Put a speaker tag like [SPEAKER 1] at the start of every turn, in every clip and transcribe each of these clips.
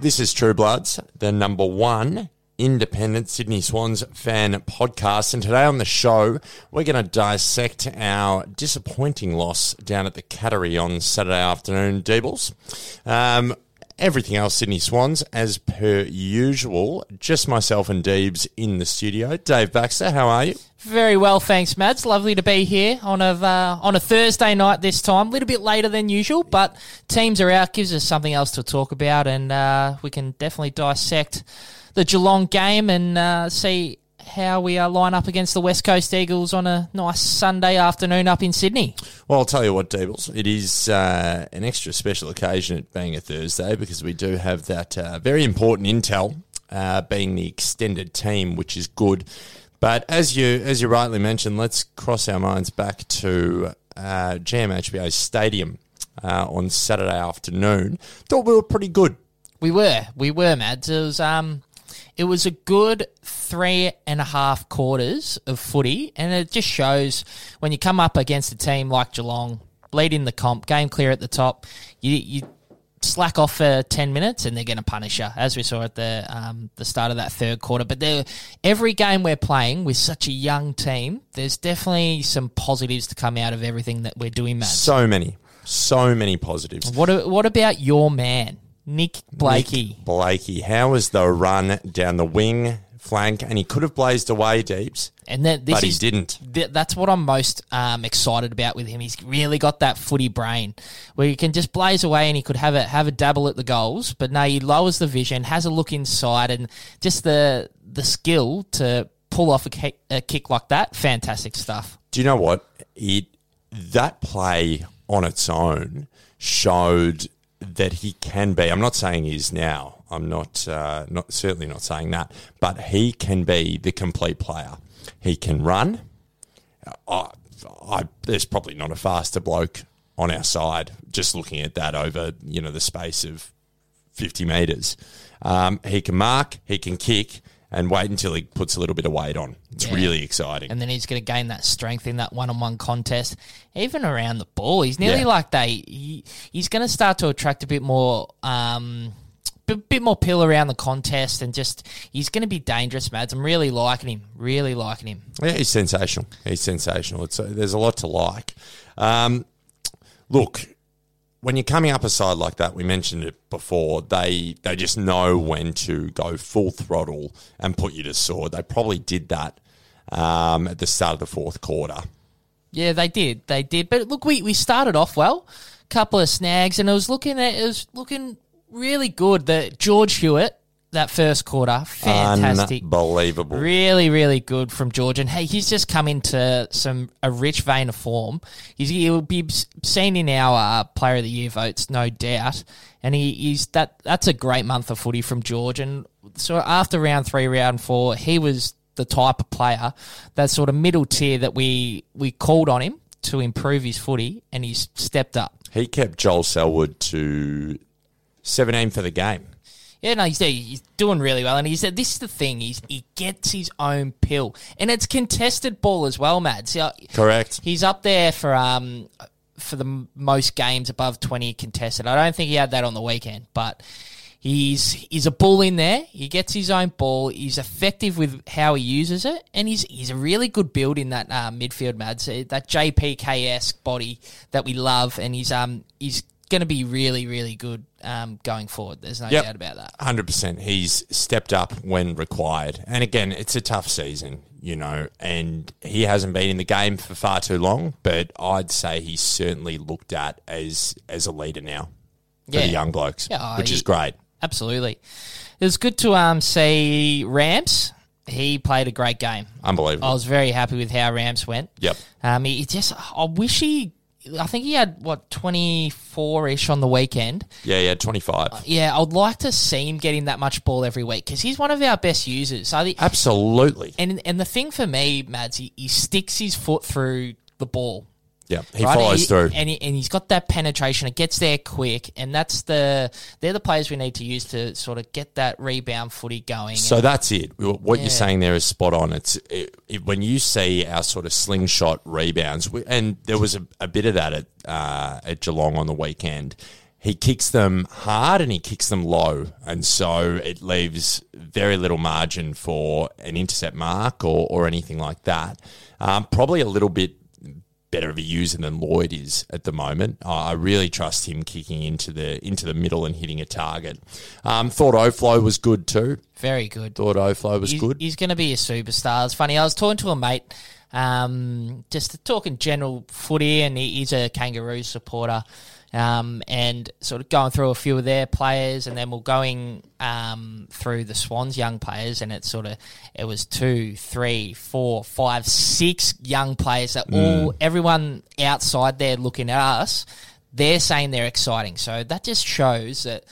[SPEAKER 1] This is True Bloods, the number one independent Sydney Swans fan podcast. And today on the show, we're going to dissect our disappointing loss down at the Cattery on Saturday afternoon, Deebles. Um, everything else, Sydney Swans, as per usual. Just myself and Deebs in the studio. Dave Baxter, how are you?
[SPEAKER 2] Very well, thanks, Mads. Lovely to be here on a uh, on a Thursday night this time. A little bit later than usual, but teams are out. Gives us something else to talk about, and uh, we can definitely dissect the Geelong game and uh, see how we uh, line up against the West Coast Eagles on a nice Sunday afternoon up in Sydney.
[SPEAKER 1] Well, I'll tell you what, Deebles, it is uh, an extra special occasion it being a Thursday because we do have that uh, very important intel uh, being the extended team, which is good. But as you as you rightly mentioned, let's cross our minds back to uh, GMHBA Stadium uh, on Saturday afternoon. Thought we were pretty good.
[SPEAKER 2] We were, we were, Mads. It was um, it was a good three and a half quarters of footy, and it just shows when you come up against a team like Geelong, leading the comp, game clear at the top, you you slack off for ten minutes, and they're going to punish you, as we saw at the um, the start of that third quarter. But there, every game we're playing with such a young team, there's definitely some positives to come out of everything that we're doing, Matt.
[SPEAKER 1] So many, so many positives.
[SPEAKER 2] What a- what about your man, Nick Blakey?
[SPEAKER 1] Nick Blakey, how was the run down the wing flank? And he could have blazed away deeps.
[SPEAKER 2] And then this
[SPEAKER 1] But he
[SPEAKER 2] is,
[SPEAKER 1] didn't.
[SPEAKER 2] th- that's what I'm most um, excited about with him. He's really got that footy brain where he can just blaze away and he could have a have a dabble at the goals. But no, he lowers the vision, has a look inside, and just the the skill to pull off a, ki- a kick like that. Fantastic stuff.
[SPEAKER 1] Do you know what it? That play on its own showed that he can be. I'm not saying he is now. I'm not, uh, not certainly not saying that. But he can be the complete player. He can run. I, I, there's probably not a faster bloke on our side. Just looking at that over, you know, the space of 50 metres. Um, he can mark. He can kick. And wait until he puts a little bit of weight on. It's
[SPEAKER 2] Yeah.
[SPEAKER 1] really exciting.
[SPEAKER 2] And then he's going to gain that strength in that one on one contest, even around the ball. He's nearly
[SPEAKER 1] Yeah.
[SPEAKER 2] like they. He, he's going to start to attract a bit more. Um, b- Bit more pill around the contest, and just he's going to be dangerous, Mads. I'm really liking him, really liking him.
[SPEAKER 1] Yeah, he's sensational. He's sensational. It's uh, there's a lot to like. Um, look, when you're coming up a side like that, we mentioned it before. They they just know when to go full throttle and put you to sword. They probably did that um, at the start of the fourth quarter.
[SPEAKER 2] Yeah, they did. They did. But look, we, we started off well. Couple of snags, and it was looking at it was looking really good. The George Hewitt that first quarter, fantastic,
[SPEAKER 1] Unbelievable.
[SPEAKER 2] really really good from George. And hey, he's just come into some a rich vein of form. He's, he'll be s- seen in our uh, Player of the Year votes, no doubt. And he, he's that that's a great month of footy from George. And so after round three, round four, he was the type of player, that sort of middle tier that we we called on him to improve his footy, and he's stepped up.
[SPEAKER 1] He kept Joel Selwood to 17 for the game.
[SPEAKER 2] Yeah, no, he's, he's doing really well, and he said this is the thing: he's, he gets his own pill, and it's contested ball as well, Mads. Yeah,
[SPEAKER 1] Correct.
[SPEAKER 2] He's up there for um for the m- most games above twenty contested. I don't think he had that on the weekend, but he's he's a bull in there. He gets his own ball. He's effective with how he uses it, and he's he's a really good build in that uh, midfield, Mads. Uh, That JPKS body that we love, and he's um he's going to be really really good um going forward. There's no
[SPEAKER 1] Yep.
[SPEAKER 2] doubt about that.
[SPEAKER 1] Hundred percent. He's stepped up when required, and again, it's a tough season, you know. And he hasn't been in the game for far too long, but I'd say he's certainly looked at as as a leader now for
[SPEAKER 2] Yeah.
[SPEAKER 1] the young blokes,
[SPEAKER 2] Yeah,
[SPEAKER 1] which
[SPEAKER 2] he-
[SPEAKER 1] is great.
[SPEAKER 2] Absolutely, it was good to um see Rams. He played a great game.
[SPEAKER 1] Unbelievable.
[SPEAKER 2] I was very happy with how Rams went.
[SPEAKER 1] Yep.
[SPEAKER 2] Um, he he just, I wish he, I think he had what twenty four ish on the weekend.
[SPEAKER 1] yeah, yeah. Twenty five.
[SPEAKER 2] Yeah, I'd like to see him getting that much ball every week because he's one of our best users. So the,
[SPEAKER 1] Absolutely.
[SPEAKER 2] and and the thing for me, Mads, he, he sticks his foot through the ball.
[SPEAKER 1] Yep. He
[SPEAKER 2] right?
[SPEAKER 1] follows
[SPEAKER 2] He-
[SPEAKER 1] through.
[SPEAKER 2] and he, and he's got that penetration. It gets there quick, and that's the they're the players we need to use to sort of get that rebound footy going.
[SPEAKER 1] So that's it. What you're saying there is spot on. It's it, it, when you see our sort of slingshot rebounds, we, and there was a, a bit of that at uh, at Geelong on the weekend. he kicks them hard and he kicks them low. And so it leaves very little margin for an intercept mark or, or anything like that. Um, probably a little bit better of a user than Lloyd is at the moment. I I really trust him kicking into the into the middle and hitting a target. Um, thought Oflo was good too.
[SPEAKER 2] Very good.
[SPEAKER 1] Thought Oflo was
[SPEAKER 2] He's,
[SPEAKER 1] good.
[SPEAKER 2] he's going to be a superstar. It's funny. I was talking to a mate, um, just talking general footy, and he, he's a kangaroo supporter, um, and sort of going through a few of their players, and then we're going um, through the Swans young players, and it's sort of it was two, three, four, five, six young players that all
[SPEAKER 1] Mm.
[SPEAKER 2] everyone outside there looking at us, they're saying they're exciting. So that just shows that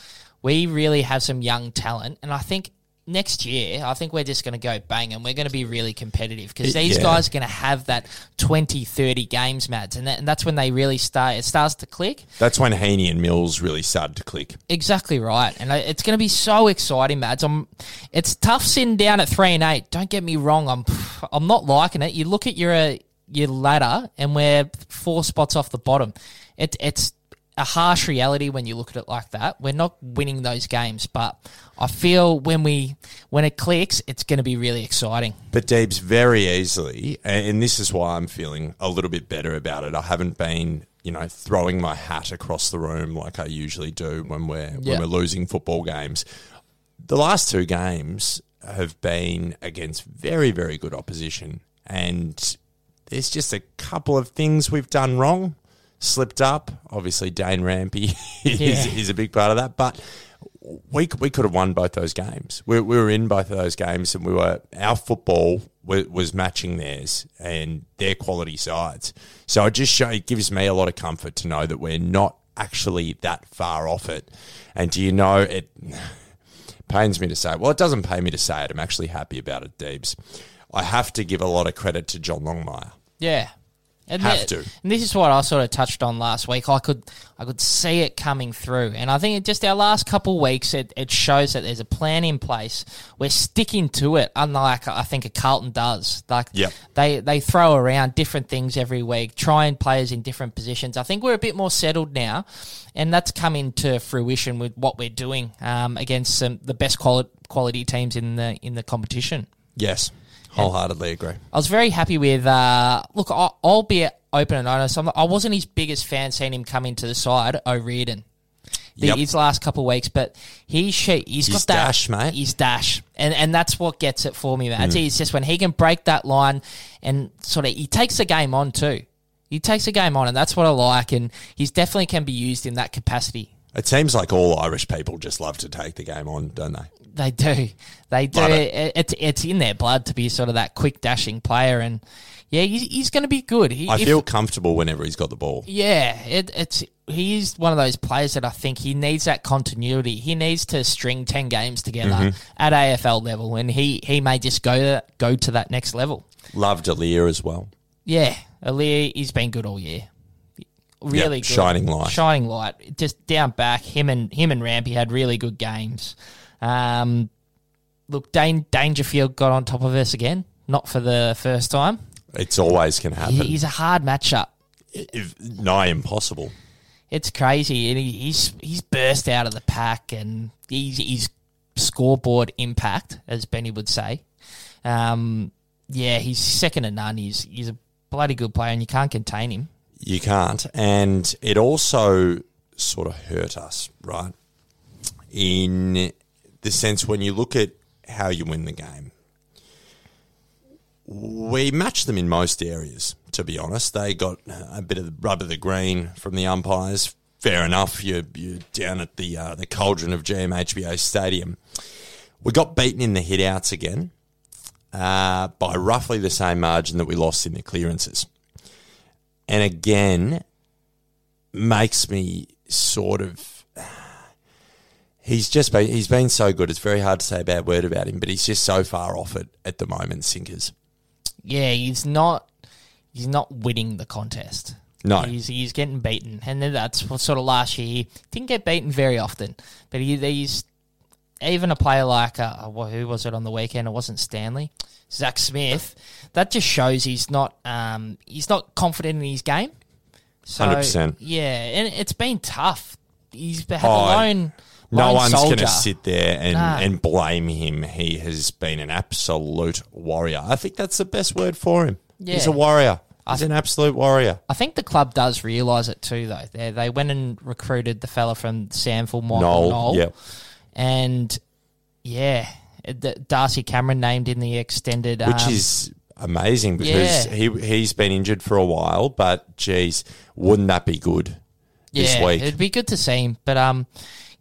[SPEAKER 2] we really have some young talent, and I think next year, I think we're just going to go bang and we're going to be really competitive because these
[SPEAKER 1] yeah.
[SPEAKER 2] guys are going to have that 20, 30 games, Mads. And, that, and that's when they really start, it starts to click.
[SPEAKER 1] That's when Heaney and Mills really started to click.
[SPEAKER 2] Exactly right. And I- it's going to be so exciting, Mads. I'm, it's tough sitting down at three and eight. Don't get me wrong. I'm, I'm not liking it. You look at your, uh, your ladder and we're four spots off the bottom. It, it's, a harsh reality when you look at it like that. We're not winning those games, but I feel when we when it clicks, it's going to be really exciting.
[SPEAKER 1] But Deeb's very easily, and and this is why I'm feeling a little bit better about it. I haven't been, you know, throwing my hat across the room like I usually do when we're
[SPEAKER 2] Yeah.
[SPEAKER 1] when we're losing football games. The last two games have been against very, very good opposition, and there's just a couple of things we've done wrong, slipped up. Obviously, Dane Rampy is,
[SPEAKER 2] Yeah.
[SPEAKER 1] is a big part of that, but we we could have won both those games. We, we were in both of those games, and we were our football was, was matching theirs and their quality sides. So it just show, it gives me a lot of comfort to know that we're not actually that far off it. And do you know it pains me to say? it. Well, it doesn't pay me to say it. I'm actually happy about it, Deebs. I have to give a lot of credit to John Longmire.
[SPEAKER 2] Yeah. And
[SPEAKER 1] Have
[SPEAKER 2] thi-
[SPEAKER 1] to.
[SPEAKER 2] And this is what I sort of touched on last week. I could I could see it coming through. And I think it just our last couple of weeks it, it shows that there's a plan in place. We're sticking to it, unlike I think a Carlton does. Like
[SPEAKER 1] Yep.
[SPEAKER 2] they they throw around different things every week, trying players in different positions. I think we're a bit more settled now, and that's come into fruition with what we're doing um, against some, the best quali- quality teams in the in the competition.
[SPEAKER 1] Yes, wholeheartedly agree.
[SPEAKER 2] I was very happy with. Uh, look, I, I'll be open and honest. I'm, I wasn't his biggest fan seeing him come into the side, O'Riordan, the,
[SPEAKER 1] Yep.
[SPEAKER 2] his last couple of weeks. But he, she, he's
[SPEAKER 1] His
[SPEAKER 2] got that
[SPEAKER 1] dash, mate. Mm.
[SPEAKER 2] His dash, and and that's what gets it for me, man. It's just when he can break that line and sort of he takes the game on too. He takes the game on, and that's what I like. And he's definitely can be used in that capacity.
[SPEAKER 1] It seems like all Irish people just love to take the game on, don't they?
[SPEAKER 2] They do. They do.
[SPEAKER 1] Love
[SPEAKER 2] It- It's it's in their blood to be sort of that quick dashing player, and yeah, he's, he's going to be good. He,
[SPEAKER 1] I
[SPEAKER 2] if-
[SPEAKER 1] feel comfortable whenever he's got the ball.
[SPEAKER 2] Yeah, it, it's he is one of those players that I think he needs that continuity. He needs to string ten games together
[SPEAKER 1] Mm-hmm.
[SPEAKER 2] at AFL level, and he he may just go go to that next level.
[SPEAKER 1] Love Delia as well.
[SPEAKER 2] Yeah, Alia, he's been good all year. Really
[SPEAKER 1] Yep,
[SPEAKER 2] good.
[SPEAKER 1] shining light.
[SPEAKER 2] Shining light. Just down back, him and him and Rampy had really good games. Um, look, Dane Dangerfield got on top of us again, not for the first time.
[SPEAKER 1] It's always can
[SPEAKER 2] He-
[SPEAKER 1] happen.
[SPEAKER 2] he's a hard matchup.
[SPEAKER 1] If, nigh impossible.
[SPEAKER 2] It's crazy, and he, he's he's burst out of the pack, and he's, he's scoreboard impact, as Benny would say. Um, yeah, he's second to none. He's he's a bloody good player, and you can't contain him.
[SPEAKER 1] You can't. And it also sort of hurt us, right? In the sense when you look at how you win the game, we matched them in most areas, to be honest. They got a bit of the rub of the green from the umpires. Fair enough. You're, you're down at the, uh, the cauldron of GMHBA Stadium. We got beaten in the hitouts again uh, by roughly the same margin that we lost in the clearances and again makes me sort of he's just been he's been so good it's very hard to say a bad word about him but he's just so far off it at the moment sinkers
[SPEAKER 2] Yeah, he's not he's not winning the contest.
[SPEAKER 1] No.
[SPEAKER 2] he's he's getting beaten, and then that's what sort of last year he didn't get beaten very often. But he, he's even a player like uh, wh- who was it on the weekend? It wasn't Stanley, Zach Smith. That just shows he's not um, he's not confident in his game. So
[SPEAKER 1] 100%.
[SPEAKER 2] yeah, and it's been tough. he's been alone.
[SPEAKER 1] Oh, No
[SPEAKER 2] lone
[SPEAKER 1] one's going
[SPEAKER 2] soldier.
[SPEAKER 1] to sit there and,
[SPEAKER 2] Nah.
[SPEAKER 1] and blame him. He has been an absolute warrior. I think that's the best word for him. He's a
[SPEAKER 2] Yeah.
[SPEAKER 1] warrior. He's an absolute warrior.
[SPEAKER 2] I think the club does realise it too, though. They, they went and recruited the fella from Sanford, Michael Noel,
[SPEAKER 1] Noel, yeah.
[SPEAKER 2] and yeah, D- Darcy Cameron named in the extended,
[SPEAKER 1] which
[SPEAKER 2] um,
[SPEAKER 1] is amazing because
[SPEAKER 2] Yeah.
[SPEAKER 1] he he's been injured for a while. But geez, wouldn't that be good this
[SPEAKER 2] yeah,
[SPEAKER 1] week?
[SPEAKER 2] It'd be good to see him, but um,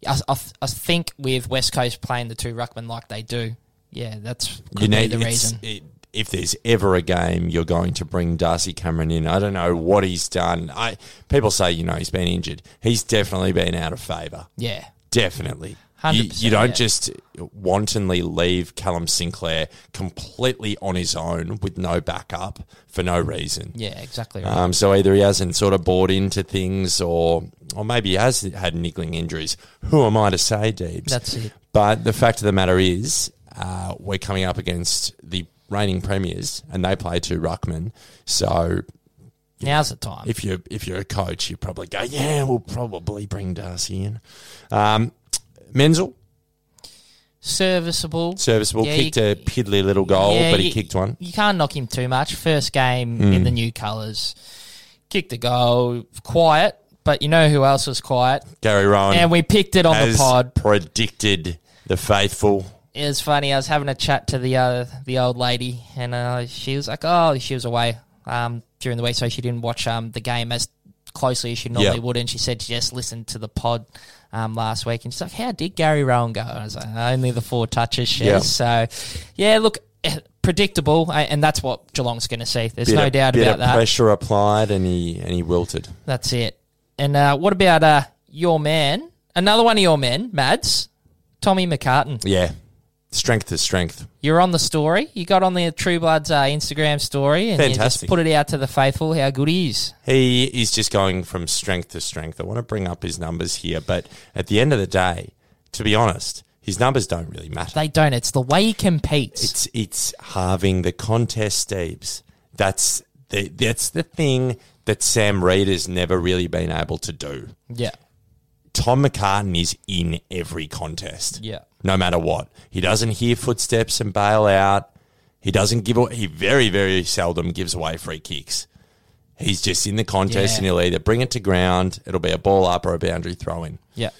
[SPEAKER 2] I, I, I think with West Coast playing the two ruckmen like they do, yeah, that's could be the
[SPEAKER 1] it's-
[SPEAKER 2] reason.
[SPEAKER 1] it- if there's ever a game you're going to bring Darcy Cameron in, I don't know what he's done. I people say you know he's been injured. He's definitely been out of favour.
[SPEAKER 2] Yeah,
[SPEAKER 1] Definitely. You,
[SPEAKER 2] 100%,
[SPEAKER 1] you don't
[SPEAKER 2] yeah.
[SPEAKER 1] just wantonly leave Callum Sinclair completely on his own with no backup for no reason.
[SPEAKER 2] yeah, exactly right.
[SPEAKER 1] Um, so either he hasn't sort of bought into things, or or maybe he has had niggling injuries. Who am I to say, Deebs?
[SPEAKER 2] That's it.
[SPEAKER 1] But the fact of the matter is, uh, we're coming up against the reigning premiers, and they play two ruckmen. So
[SPEAKER 2] Now's the time.
[SPEAKER 1] if you if you're a coach, you probably go, yeah, we'll probably bring Darcy in. Um, Menzel
[SPEAKER 2] Serviceable.
[SPEAKER 1] serviceable
[SPEAKER 2] Yeah,
[SPEAKER 1] kicked
[SPEAKER 2] you-
[SPEAKER 1] a piddly little goal,
[SPEAKER 2] Yeah,
[SPEAKER 1] Oh, but he
[SPEAKER 2] you-
[SPEAKER 1] kicked one. Mm.
[SPEAKER 2] You can't knock him too much. First game in the new colours, kicked a goal, quiet. But you know who else was quiet?
[SPEAKER 1] Gary Rowan,
[SPEAKER 2] And we picked it on
[SPEAKER 1] as
[SPEAKER 2] the pod.
[SPEAKER 1] predicted, the faithful.
[SPEAKER 2] It was funny. I was having a chat to the uh, the old lady, and uh, she was like, "Oh, she was away um, during the week, so she didn't watch um, the game as closely as she normally
[SPEAKER 1] Yeah.
[SPEAKER 2] would." And she said she just listened to the pod um, last week, and she's like, "How did Gary Rowan go?" And I was like, "Only the four touches, she
[SPEAKER 1] Yeah.
[SPEAKER 2] So, yeah, look, eh, predictable, a- and that's what Geelong's going to see. There's
[SPEAKER 1] Bit
[SPEAKER 2] no
[SPEAKER 1] of-
[SPEAKER 2] doubt
[SPEAKER 1] bit
[SPEAKER 2] about
[SPEAKER 1] of
[SPEAKER 2] that.
[SPEAKER 1] Pressure applied, and he and he wilted.
[SPEAKER 2] That's it. And uh, what about uh, your man? Another one of your men, Mads, Tommy McCartan.
[SPEAKER 1] Yeah, strength to strength.
[SPEAKER 2] you're on the story. You got on the True Blood's uh, Instagram story and you just
[SPEAKER 1] Fantastic.
[SPEAKER 2] put it out to the faithful how good he is.
[SPEAKER 1] He is just going from strength to strength. I want to bring up his numbers here, but at the end of the day, to be honest, his numbers don't really matter.
[SPEAKER 2] They don't. It's the way he competes.
[SPEAKER 1] It's it's halving the contest, Steves. That's the that's the thing that Sam Reed has never really been able to do.
[SPEAKER 2] yeah.
[SPEAKER 1] Tom McCartan is in every contest.
[SPEAKER 2] Yeah.
[SPEAKER 1] No matter what. He doesn't hear footsteps and bail out. He doesn't give away, he very, very seldom gives away free kicks. He's just in the contest
[SPEAKER 2] Yeah.
[SPEAKER 1] and he'll either bring it to ground, it'll be a ball up or a boundary throw in.
[SPEAKER 2] Yeah.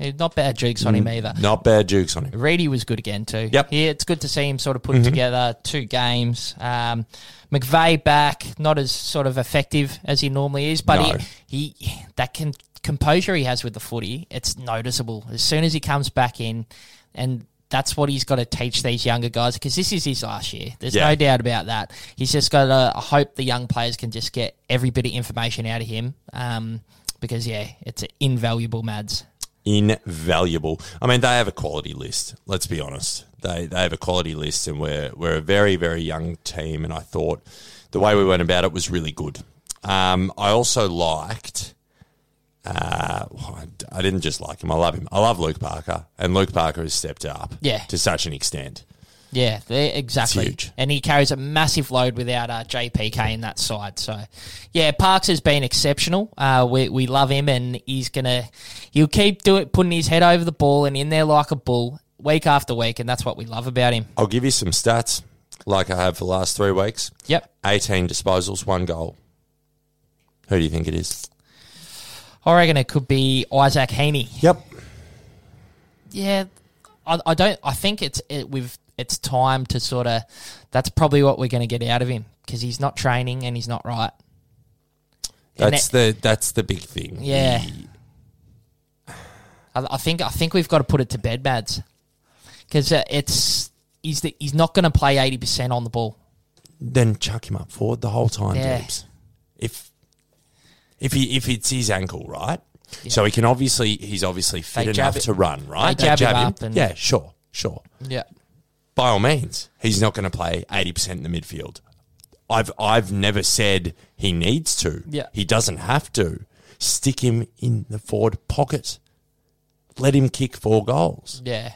[SPEAKER 2] Eh, Not bad jukes on him either.
[SPEAKER 1] Not bad jukes on him.
[SPEAKER 2] Reedy was good again too.
[SPEAKER 1] Yep. Mm-hmm.
[SPEAKER 2] Yeah, it's good to see him sort of put together two games. Um, McVeigh back, not as sort of effective as he normally is, but
[SPEAKER 1] No.
[SPEAKER 2] he, he that can, composure he has with the footy, it's noticeable. As soon as he comes back in, and that's what he's got to teach these younger guys because this is his last year. There's
[SPEAKER 1] Yeah.
[SPEAKER 2] no doubt about that. He's just got to hope the young players can just get every bit of information out of him. Um, because yeah, it's invaluable, Mads.
[SPEAKER 1] Invaluable. I mean, they have a quality list, let's be honest. They they have a quality list and we're we're a very, very young team and I thought the way we went about it was really good. Um, I also liked uh, well, I d- I didn't just like him. I love him. I love Luke Parker, and Luke Parker has stepped up
[SPEAKER 2] Yeah.
[SPEAKER 1] to such an extent.
[SPEAKER 2] Yeah, they- exactly.
[SPEAKER 1] huge.
[SPEAKER 2] And he carries a massive load without uh, JPK in that side. So, yeah, Parks has been exceptional. Uh, we we love him, and he's gonna he'll keep do it, putting his head over the ball and in there like a bull week after week, and that's what we love about him.
[SPEAKER 1] I'll give you some stats, like I have for the last three weeks.
[SPEAKER 2] Yep.
[SPEAKER 1] Eighteen disposals, one goal. Who do you think it is?
[SPEAKER 2] I reckon it could be Isaac Heaney.
[SPEAKER 1] Yep.
[SPEAKER 2] Yeah, I, I don't. I think it's it, we've it's time to sort of. That's probably what we're going to get out of him because he's not training and he's not right. And
[SPEAKER 1] That's the that's the big thing.
[SPEAKER 2] Yeah.
[SPEAKER 1] He-
[SPEAKER 2] I, I think I think we've got to put it to bed, Mads, because uh, it's he's the, he's not going to play eighty percent on the ball.
[SPEAKER 1] then chuck him up forward the whole time,
[SPEAKER 2] Yeah.
[SPEAKER 1] Debs. If if he if it's his ankle, right? So he can obviously he's obviously fit
[SPEAKER 2] They
[SPEAKER 1] enough
[SPEAKER 2] jab it-
[SPEAKER 1] to run, right?
[SPEAKER 2] they jab him up and-
[SPEAKER 1] yeah, sure, sure.
[SPEAKER 2] Yeah,
[SPEAKER 1] by all means, he's not going to play 80% in the midfield. I've I've never said he needs to.
[SPEAKER 2] Yeah.
[SPEAKER 1] He doesn't have to. Stick him in the forward pocket. Let him kick four goals.
[SPEAKER 2] yeah,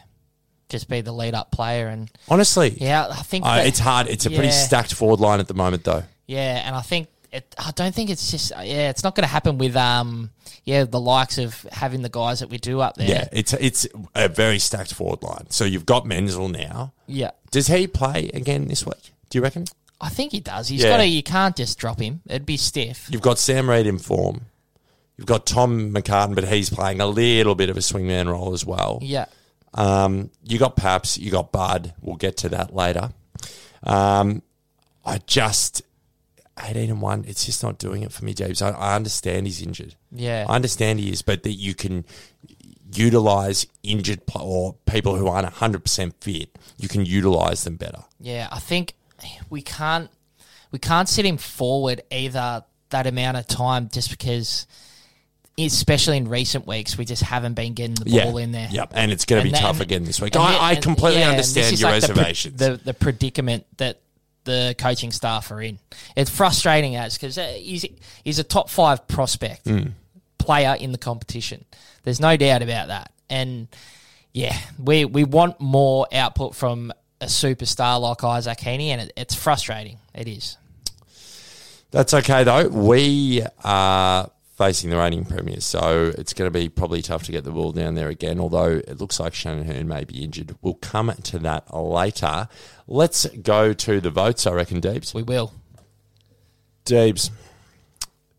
[SPEAKER 2] just be the lead up player, and
[SPEAKER 1] Honestly,
[SPEAKER 2] yeah, I think
[SPEAKER 1] I-
[SPEAKER 2] that-
[SPEAKER 1] it's hard. It's a pretty
[SPEAKER 2] Yeah.
[SPEAKER 1] stacked forward line at the moment, though.
[SPEAKER 2] yeah, and I think it, I don't think it's just uh, yeah, it's not going to happen with um yeah the likes of having the guys that we do up there.
[SPEAKER 1] Yeah, it's it's a very stacked forward line. So you've got Menzel now.
[SPEAKER 2] Yeah.
[SPEAKER 1] Does he play again this week? Do you reckon?
[SPEAKER 2] I think he does. He's
[SPEAKER 1] Yeah.
[SPEAKER 2] got to. You can't just drop him. It'd be stiff.
[SPEAKER 1] You've got Sam Reid in form. You've got Tom McCartan, but he's playing a little bit of a swingman role as well.
[SPEAKER 2] Yeah.
[SPEAKER 1] Um, you got Paps, you got Bud. We'll get to that later. Um, I just eighteen and one. It's just not doing it for me, James. I, I understand he's injured.
[SPEAKER 2] Yeah.
[SPEAKER 1] I understand he is, but that you can utilize injured pl- or people who aren't hundred percent fit. You can utilize them better.
[SPEAKER 2] Yeah, I think we can't we can't sit him forward either that amount of time just because especially in recent weeks we just haven't been getting the ball in there.
[SPEAKER 1] Yep, and it's going to be
[SPEAKER 2] And that-
[SPEAKER 1] tough
[SPEAKER 2] and-
[SPEAKER 1] again this week.
[SPEAKER 2] And
[SPEAKER 1] I,
[SPEAKER 2] the-
[SPEAKER 1] I
[SPEAKER 2] and-
[SPEAKER 1] completely
[SPEAKER 2] yeah, and this
[SPEAKER 1] understand
[SPEAKER 2] is
[SPEAKER 1] your
[SPEAKER 2] like the pre-
[SPEAKER 1] reservations.
[SPEAKER 2] The, the, predicament that the coaching staff are in. It's frustrating as because he's, he's a top five prospect
[SPEAKER 1] Hmm.
[SPEAKER 2] player in the competition. There's no doubt about that. And yeah, we, we want more output from a superstar like Isaac Heaney, and it, it's frustrating. It is.
[SPEAKER 1] That's okay though. We are facing the reigning premiers, so it's going to be probably tough to get the ball down there again. Although it looks like Shannon Hearn may be injured. We'll come to that later. Let's go to the votes. I reckon, Deebs.
[SPEAKER 2] We will.
[SPEAKER 1] Deebs,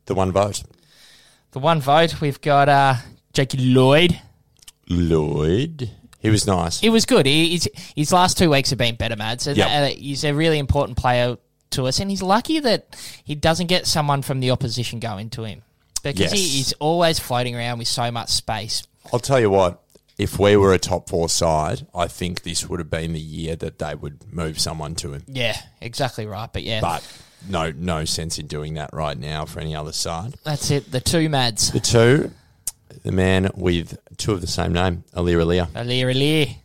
[SPEAKER 1] the one vote.
[SPEAKER 2] The one vote we've got uh, Jakey Lloyd.
[SPEAKER 1] Lloyd, he was nice.
[SPEAKER 2] It was good. He, he's, his last two weeks have been better, Mads. And
[SPEAKER 1] Yep.
[SPEAKER 2] that- uh, he's a really important player to us, and he's lucky that he doesn't get someone from the opposition going to him because
[SPEAKER 1] Yes.
[SPEAKER 2] he, he's always floating around with so much space.
[SPEAKER 1] I'll tell you what. If we were a top four side, I think this would have been the year that they would move someone to him.
[SPEAKER 2] Yeah, exactly right. But yeah,
[SPEAKER 1] But no, no sense in doing that right now for any other side.
[SPEAKER 2] that's it. The two Mads.
[SPEAKER 1] The two, the man with two of the same name, Alir Alir,
[SPEAKER 2] Alir Alir.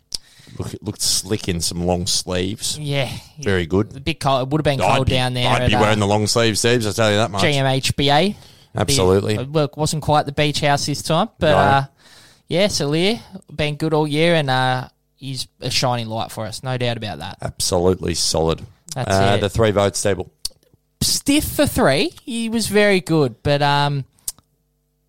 [SPEAKER 1] Look, looked slick in some long sleeves.
[SPEAKER 2] Yeah.
[SPEAKER 1] Very
[SPEAKER 2] A
[SPEAKER 1] good.
[SPEAKER 2] bit cold. It would have been cold
[SPEAKER 1] I'd be,
[SPEAKER 2] down there.
[SPEAKER 1] I'd
[SPEAKER 2] at,
[SPEAKER 1] be
[SPEAKER 2] uh,
[SPEAKER 1] wearing the long sleeves, Steves. I'll tell you that much.
[SPEAKER 2] GMHBA.
[SPEAKER 1] Absolutely.
[SPEAKER 2] The, uh, well, it wasn't quite the beach house this time, but
[SPEAKER 1] No.
[SPEAKER 2] uh, yeah, Salir been good all year, and uh, he's a shining light for us, no doubt about that.
[SPEAKER 1] Absolutely solid.
[SPEAKER 2] That's
[SPEAKER 1] uh,
[SPEAKER 2] it.
[SPEAKER 1] The three vote stable.
[SPEAKER 2] Stiff for three, he was very good, but um,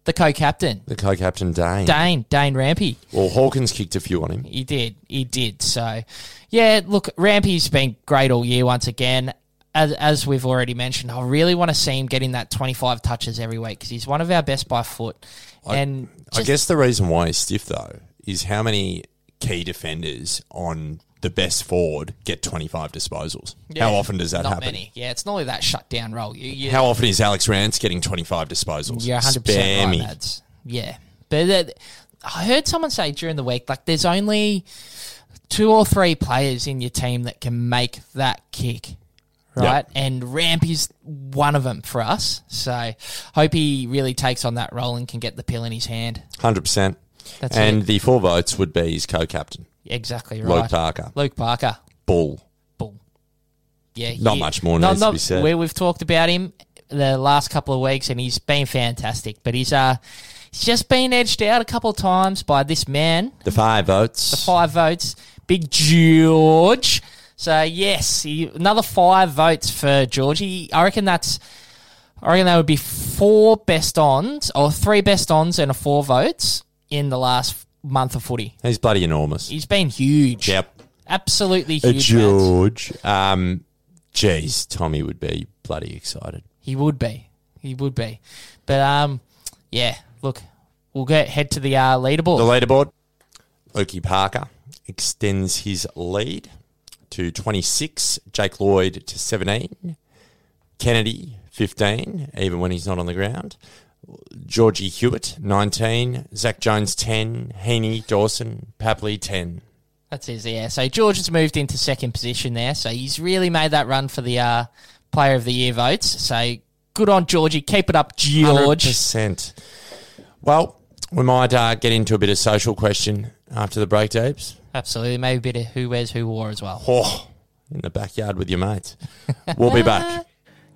[SPEAKER 2] the co-captain
[SPEAKER 1] The co-captain Dane.
[SPEAKER 2] Dane Dane Rampy,
[SPEAKER 1] Well, Hawkins kicked a few on him.
[SPEAKER 2] he did, he did. So yeah, look, Rampy's been great all year once again. As, as we've already mentioned, I really want to see him getting that 25 touches every week because he's one of our best by foot. and
[SPEAKER 1] I guess the reason why he's stiff though is how many key defenders on the best forward get twenty-five disposals. How
[SPEAKER 2] Yeah,
[SPEAKER 1] often does that
[SPEAKER 2] not
[SPEAKER 1] happen?
[SPEAKER 2] many. Yeah, it's normally that shutdown role. You, you,
[SPEAKER 1] How often is Alex Rance getting 25 disposals?
[SPEAKER 2] you're 100
[SPEAKER 1] Spare
[SPEAKER 2] percent right,
[SPEAKER 1] me.
[SPEAKER 2] lads. Yeah, but that, I heard someone say during the week like there's only two or three players in your team that can make that kick, right? And Ramp is one of them for us. So hope he really takes on that role and can get the pill in his hand.
[SPEAKER 1] 100%.
[SPEAKER 2] That's
[SPEAKER 1] and the four votes would be his co captain,
[SPEAKER 2] Exactly right.
[SPEAKER 1] Luke Parker.
[SPEAKER 2] Luke Parker.
[SPEAKER 1] Bull.
[SPEAKER 2] Bull. Yeah,
[SPEAKER 1] Not
[SPEAKER 2] he-
[SPEAKER 1] much more needs to be said.
[SPEAKER 2] Where we've talked about him the last couple of weeks, and he's been fantastic. But he's uh, he's just been edged out a couple of times by this man,
[SPEAKER 1] The five votes.
[SPEAKER 2] five votes, Big George. So yes, he, another five votes for Georgie. I reckon that's. I reckon that would be four best ons or three best ons and a four votes in the last month of footy.
[SPEAKER 1] He's bloody enormous.
[SPEAKER 2] He's been huge.
[SPEAKER 1] yep.
[SPEAKER 2] Absolutely
[SPEAKER 1] Uh,
[SPEAKER 2] huge. Mads.
[SPEAKER 1] George. Um, geez, Tommy would be bloody excited.
[SPEAKER 2] He would be. He would be. But um, yeah. Look, we'll go head to the uh, leaderboard.
[SPEAKER 1] The leaderboard. Oki Parker extends his lead to 26, Jake Lloyd to 17, Kennedy 15, even when he's not on the ground, Georgie Hewitt 19, Zach Jones 10, Heaney, Dawson, Papley 10.
[SPEAKER 2] That's his. Yeah. So George has moved into second position there. So he's really made that run for the uh, player of the year votes. So good on Georgie. Keep it up, George.
[SPEAKER 1] 100%. Well, we might uh, get into a bit of social question after the break, Debs.
[SPEAKER 2] Absolutely. Maybe a bit of who wears who wore as well.
[SPEAKER 1] Oh, in the backyard with your mates. We'll be back.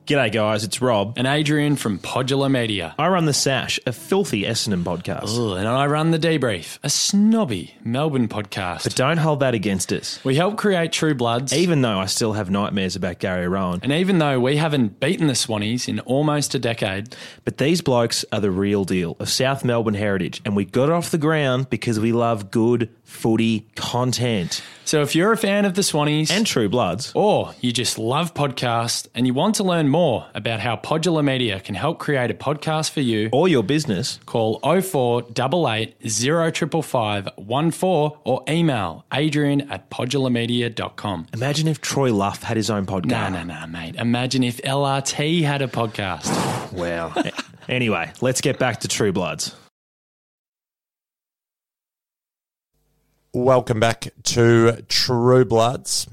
[SPEAKER 3] G'day, guys. It's Rob.
[SPEAKER 4] and Adrian from Podular Media.
[SPEAKER 3] I run The Sash, a filthy Essendon podcast.
[SPEAKER 4] Ugh, and I run The Debrief, a snobby Melbourne podcast.
[SPEAKER 3] But don't hold that against us,
[SPEAKER 4] we help create True Bloods.
[SPEAKER 3] even though I still have nightmares about Gary Rowan.
[SPEAKER 4] and even though we haven't beaten the Swannies in almost a decade,
[SPEAKER 3] But these blokes are the real deal of South Melbourne heritage, and we got it off the ground because we love good footy content.
[SPEAKER 4] so if you're a fan of the Swannies
[SPEAKER 3] And True Bloods.
[SPEAKER 4] or you just love podcasts and you want to learn more about how Podular Media can help create a podcast for you,
[SPEAKER 3] Or your business,
[SPEAKER 4] call 0488 0555 14 or email adrian at podularmedia.com.
[SPEAKER 3] imagine if Troy Luff had his own
[SPEAKER 4] No,
[SPEAKER 3] podcast.
[SPEAKER 4] no, no, mate. Imagine if LRT had a podcast.
[SPEAKER 3] Wow. anyway, let's get back to True Bloods.
[SPEAKER 1] Welcome back to True Bloods.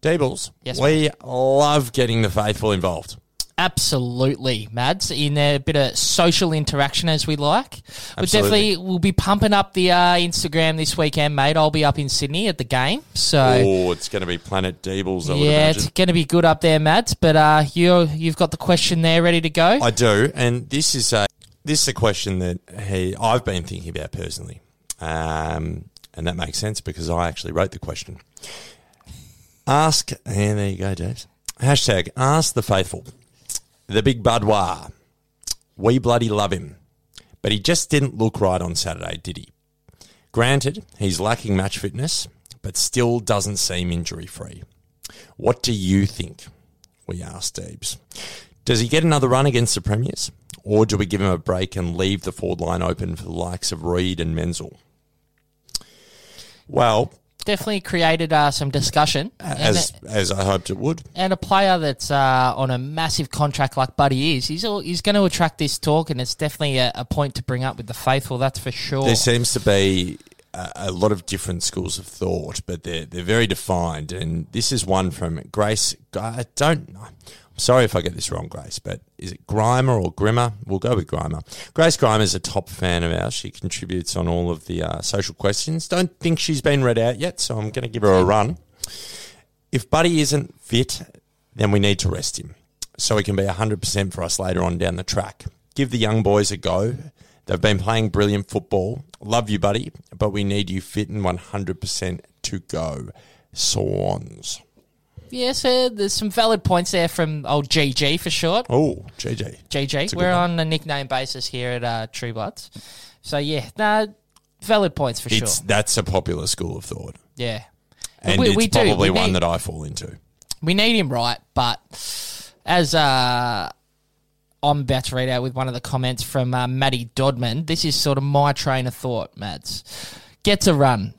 [SPEAKER 1] Deebles,
[SPEAKER 2] Yes,
[SPEAKER 1] we love getting the faithful involved.
[SPEAKER 2] Absolutely, Mads. In a bit of social interaction as we like. But
[SPEAKER 1] Absolutely.
[SPEAKER 2] definitely, we'll be pumping up the uh, Instagram this weekend, mate. I'll be up in Sydney at the game. So,
[SPEAKER 1] Oh, it's going to be Planet Deebles, I would
[SPEAKER 2] yeah,
[SPEAKER 1] imagine.
[SPEAKER 2] it's going to be good up there, Mads. But uh, you, you've got the question there ready to go.
[SPEAKER 1] I do, and this is a this is a question that he I've been thinking about personally, um, and that makes sense because I actually wrote the question. Ask, and there you go, James. Hashtag ask the faithful, the big Budwar. We bloody love him, but he just didn't look right on Saturday, did he? Granted, he's lacking match fitness, but still doesn't seem injury free. What do you think? We asked Deebs. Does he get another run against the Premiers? Or do we give him a break and leave the forward line open for the likes of Reed and Menzel? Well,
[SPEAKER 2] definitely created uh, some discussion.
[SPEAKER 1] as
[SPEAKER 2] and,
[SPEAKER 1] as I hoped it would.
[SPEAKER 2] and a player that's uh, on a massive contract like Buddy is, he's all, he's going to attract this talk, and it's definitely a, a point to bring up with the faithful. That's for sure.
[SPEAKER 1] There seems to be a, a lot of different schools of thought, but they're they're very defined. And this is one from Grace. I don't. I'm sorry if I get this wrong, Grace, but is it Grimer or Grimmer? We'll go with Grimer. Grace Grimer is a top fan of ours. She contributes on all of the uh, social questions. Don't think she's been read out yet, so I'm going to give her a run. If Buddy isn't fit, then we need to rest him so he can be 100% for us later on down the track. Give the young boys a go. They've been playing brilliant football. Love you, buddy, but we need you fit and 100% to go. Swans.
[SPEAKER 2] yeah, so there's some valid points there from old GG for short.
[SPEAKER 1] Oh, JJ.
[SPEAKER 2] GG.
[SPEAKER 1] a
[SPEAKER 2] We're
[SPEAKER 1] good one.
[SPEAKER 2] on a nickname basis here at uh, True Bloods. So yeah, nah, valid points for
[SPEAKER 1] It's,
[SPEAKER 2] sure.
[SPEAKER 1] That's a popular school of thought.
[SPEAKER 2] Yeah,
[SPEAKER 1] And
[SPEAKER 2] we-
[SPEAKER 1] it's
[SPEAKER 2] we do.
[SPEAKER 1] probably
[SPEAKER 2] We
[SPEAKER 1] one
[SPEAKER 2] need-
[SPEAKER 1] that I fall into.
[SPEAKER 2] we need him right, but as uh, I'm about to read out with one of the comments from uh, Maddie Dodman, this is sort of my train of thought. Mads gets a run.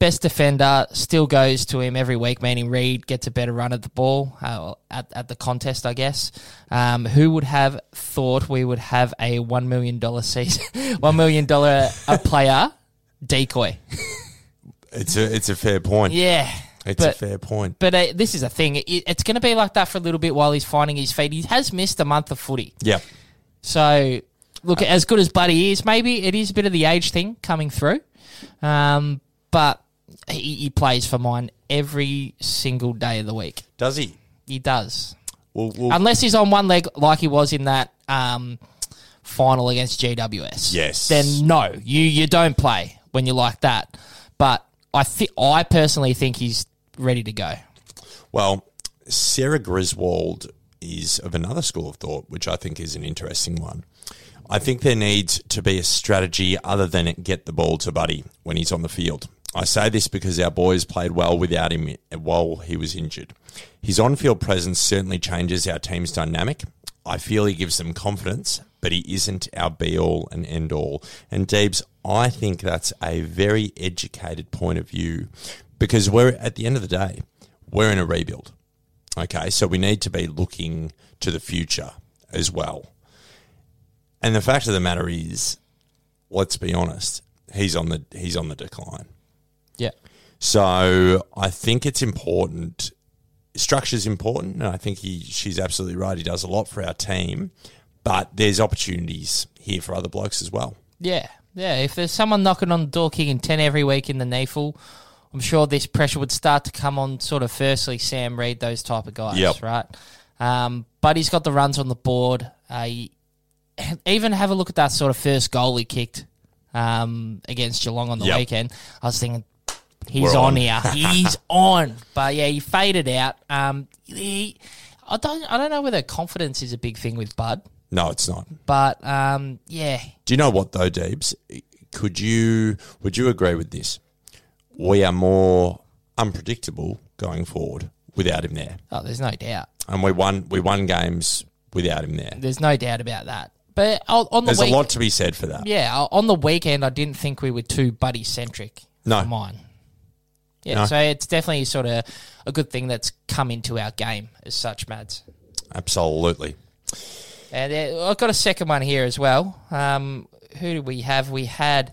[SPEAKER 2] Best defender still goes to him every week, meaning Reed gets a better run at the ball uh, at, at the contest, I guess. Um, who would have thought we would have a $1 million season, $1 million a player decoy?
[SPEAKER 1] It's a, it's a fair point.
[SPEAKER 2] Yeah.
[SPEAKER 1] it's a
[SPEAKER 2] but-
[SPEAKER 1] fair point.
[SPEAKER 2] But uh, this is a thing. It, it's going to be like that for a little bit while he's finding his feet. He has missed a month of footy.
[SPEAKER 1] Yeah.
[SPEAKER 2] So,
[SPEAKER 1] Uh.
[SPEAKER 2] look, as good as Buddy is, maybe it is a bit of the age thing coming through. Um, but he, he plays for mine every single day of the week.
[SPEAKER 1] Does he?
[SPEAKER 2] He does.
[SPEAKER 1] We'll, we'll,
[SPEAKER 2] Unless he's on one leg like he was in that um, final against GWS.
[SPEAKER 1] Yes.
[SPEAKER 2] Then no, you, you don't play when you're like that. But I, thi I personally think he's ready to go.
[SPEAKER 1] Well, Sarah Griswold is of another school of thought, which I think is an interesting one. I think there needs to be a strategy other than get the ball to Buddy when he's on the field. I say this because our boys played well without him while he was injured. His on field presence certainly changes our team's dynamic. I feel he gives them confidence, but he isn't our be all and end all. And Deebs, I think that's a very educated point of view because we're at the end of the day, we're in a rebuild. Okay, so we need to be looking to the future as well. And the fact of the matter is, let's be honest, he's on the he's on the decline.
[SPEAKER 2] Yeah.
[SPEAKER 1] So I think it's important. Structure's important, and I think he she's absolutely right. He does a lot for our team, but there's opportunities here for other blokes as well.
[SPEAKER 2] Yeah, yeah. If there's someone knocking on the door kicking 10 every week in the NAFL, I'm sure this pressure would start to come on sort of firstly Sam Reed, those type of guys,
[SPEAKER 1] Yep.
[SPEAKER 2] right? Um, but he's got the runs on the board. Uh, he- even have a look at that sort of first goal he kicked um, against Geelong on the
[SPEAKER 1] Yep.
[SPEAKER 2] weekend. I was thinking, he's
[SPEAKER 1] We're on.
[SPEAKER 2] on. here. He's on. But yeah, he faded out. Um, he, I don't. I don't know whether confidence is a big thing with Bud,
[SPEAKER 1] No, it's not.
[SPEAKER 2] but um, yeah,
[SPEAKER 1] Do you know what though, Deebs? Could you would you agree with this? We are more unpredictable going forward without him there,
[SPEAKER 2] oh, there's no doubt.
[SPEAKER 1] and we won we won games without him there.
[SPEAKER 2] There's no doubt about that. But on on the
[SPEAKER 1] There's a
[SPEAKER 2] week-
[SPEAKER 1] lot to be said for that.
[SPEAKER 2] Yeah, o- on the weekend, I didn't think we were too buddy centric.
[SPEAKER 1] No.
[SPEAKER 2] for mine. Yeah,
[SPEAKER 1] No.
[SPEAKER 2] so it's definitely sort of a good thing that's come into our game as such, Mads.
[SPEAKER 1] Absolutely.
[SPEAKER 2] And uh, I've got a second one here as well. Um, who did we have? We had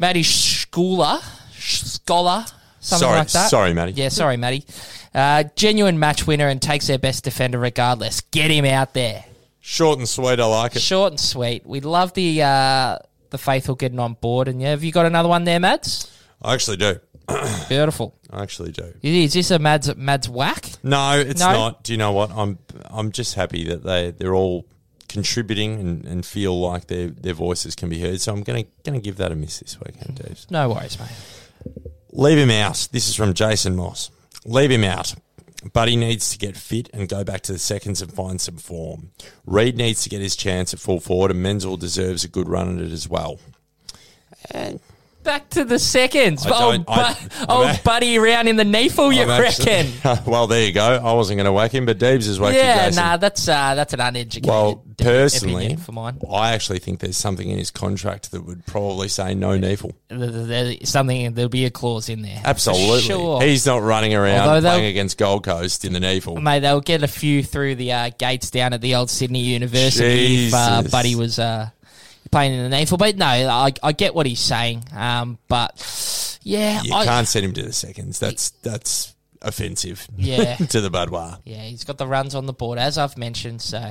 [SPEAKER 2] Matty Schooler, Scholar, something
[SPEAKER 1] Sorry,
[SPEAKER 2] like that.
[SPEAKER 1] sorry, Matty.
[SPEAKER 2] Yeah, sorry, Matty. Uh, genuine match winner and takes their best defender regardless. Get him out there.
[SPEAKER 1] Short and sweet. I like it.
[SPEAKER 2] Short and sweet. We love the uh, the faithful getting on board. And yeah, have you got another one there, Mads?
[SPEAKER 1] I actually do.
[SPEAKER 2] Beautiful.
[SPEAKER 1] I actually do.
[SPEAKER 2] Is this a Mads Mads whack?
[SPEAKER 1] No, it's
[SPEAKER 2] No?
[SPEAKER 1] not. Do you know what? I'm I'm just happy that they they're all contributing and, and feel like their their voices can be heard. So I'm gonna gonna give that a miss this weekend, Deebs.
[SPEAKER 2] No worries, mate.
[SPEAKER 1] Leave him out. This is from Jason Moss. Leave him out. But he needs to get fit and go back to the seconds and find some form. Reed needs to get his chance at full forward, and Menzel deserves a good run at it as well.
[SPEAKER 2] Back to the seconds.
[SPEAKER 1] I
[SPEAKER 2] Oh,
[SPEAKER 1] don't- I-
[SPEAKER 2] bu- oh,
[SPEAKER 1] I'm a-
[SPEAKER 2] buddy, around in the kneeful, you
[SPEAKER 1] I'm actually-
[SPEAKER 2] reckon?
[SPEAKER 1] well, there you go. I wasn't going to whack him, but Deebs is whacking
[SPEAKER 2] yeah,
[SPEAKER 1] Jason.
[SPEAKER 2] nah, that's uh, that's an uneducated.
[SPEAKER 1] well,
[SPEAKER 2] opinion
[SPEAKER 1] personally,
[SPEAKER 2] for mine,
[SPEAKER 1] I actually think there's something in his contract that would probably say no Neefel.
[SPEAKER 2] There- there- something there'll be a clause in there.
[SPEAKER 1] Absolutely.
[SPEAKER 2] sure.
[SPEAKER 1] He's not running around
[SPEAKER 2] Although they'll-
[SPEAKER 1] playing against Gold Coast in the Neefel.
[SPEAKER 2] Mate, they'll get a few through the uh, gates down at the old Sydney University if uh,
[SPEAKER 1] Jesus.
[SPEAKER 2] Buddy was uh, playing in the kneeful. But no, I, I get what he's saying. Um, but yeah,
[SPEAKER 1] You
[SPEAKER 2] I,
[SPEAKER 1] can't send him to the seconds. That's that's offensive.
[SPEAKER 2] Yeah.
[SPEAKER 1] to the Budweiser.
[SPEAKER 2] Yeah, he's got the runs on the board, as I've mentioned. So,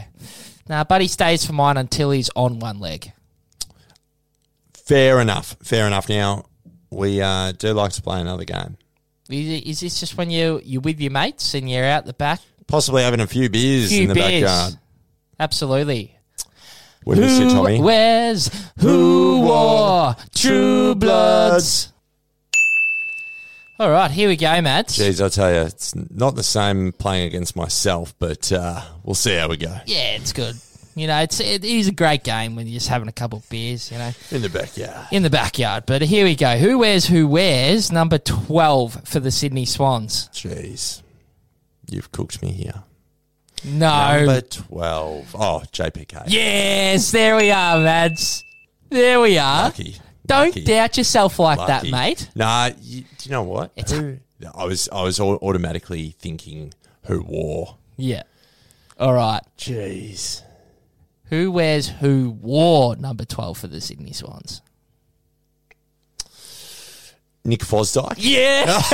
[SPEAKER 2] nah, Buddy stays for mine until he's on one leg.
[SPEAKER 1] Fair enough. Fair enough. Now we uh, do like to play another game.
[SPEAKER 2] Is, is this just when you you're with your mates and you're out the back?
[SPEAKER 1] Possibly having a few beers
[SPEAKER 2] Few
[SPEAKER 1] in the
[SPEAKER 2] beers.
[SPEAKER 1] backyard.
[SPEAKER 2] Absolutely.
[SPEAKER 1] We miss you, Tommy.
[SPEAKER 2] wears who wore true bloods? All right, here we go, Mads.
[SPEAKER 1] Jeez, I tell you, it's not the same playing against myself, but uh, we'll see how we go
[SPEAKER 2] Yeah, it's good. You know, it's it is a great game when you're just having a couple of beers. You know.
[SPEAKER 1] in the backyard.
[SPEAKER 2] in the backyard. But here we go. Who wears who wears number 12 for the Sydney Swans?
[SPEAKER 1] Jeez, you've cooked me here.
[SPEAKER 2] No.
[SPEAKER 1] Number twelve. Oh, JPK.
[SPEAKER 2] yes, there we are, Mads. There we are.
[SPEAKER 1] Lucky.
[SPEAKER 2] Don't
[SPEAKER 1] Lucky.
[SPEAKER 2] doubt yourself like that,
[SPEAKER 1] Lucky.
[SPEAKER 2] mate.
[SPEAKER 1] Nah, you, do you know what? Who- I was I was au- automatically thinking who wore.
[SPEAKER 2] Yeah. All right.
[SPEAKER 1] Jeez.
[SPEAKER 2] Who wears who wore number 12 for the Sydney Swans?
[SPEAKER 1] Nick Fosdyke.
[SPEAKER 2] Yes!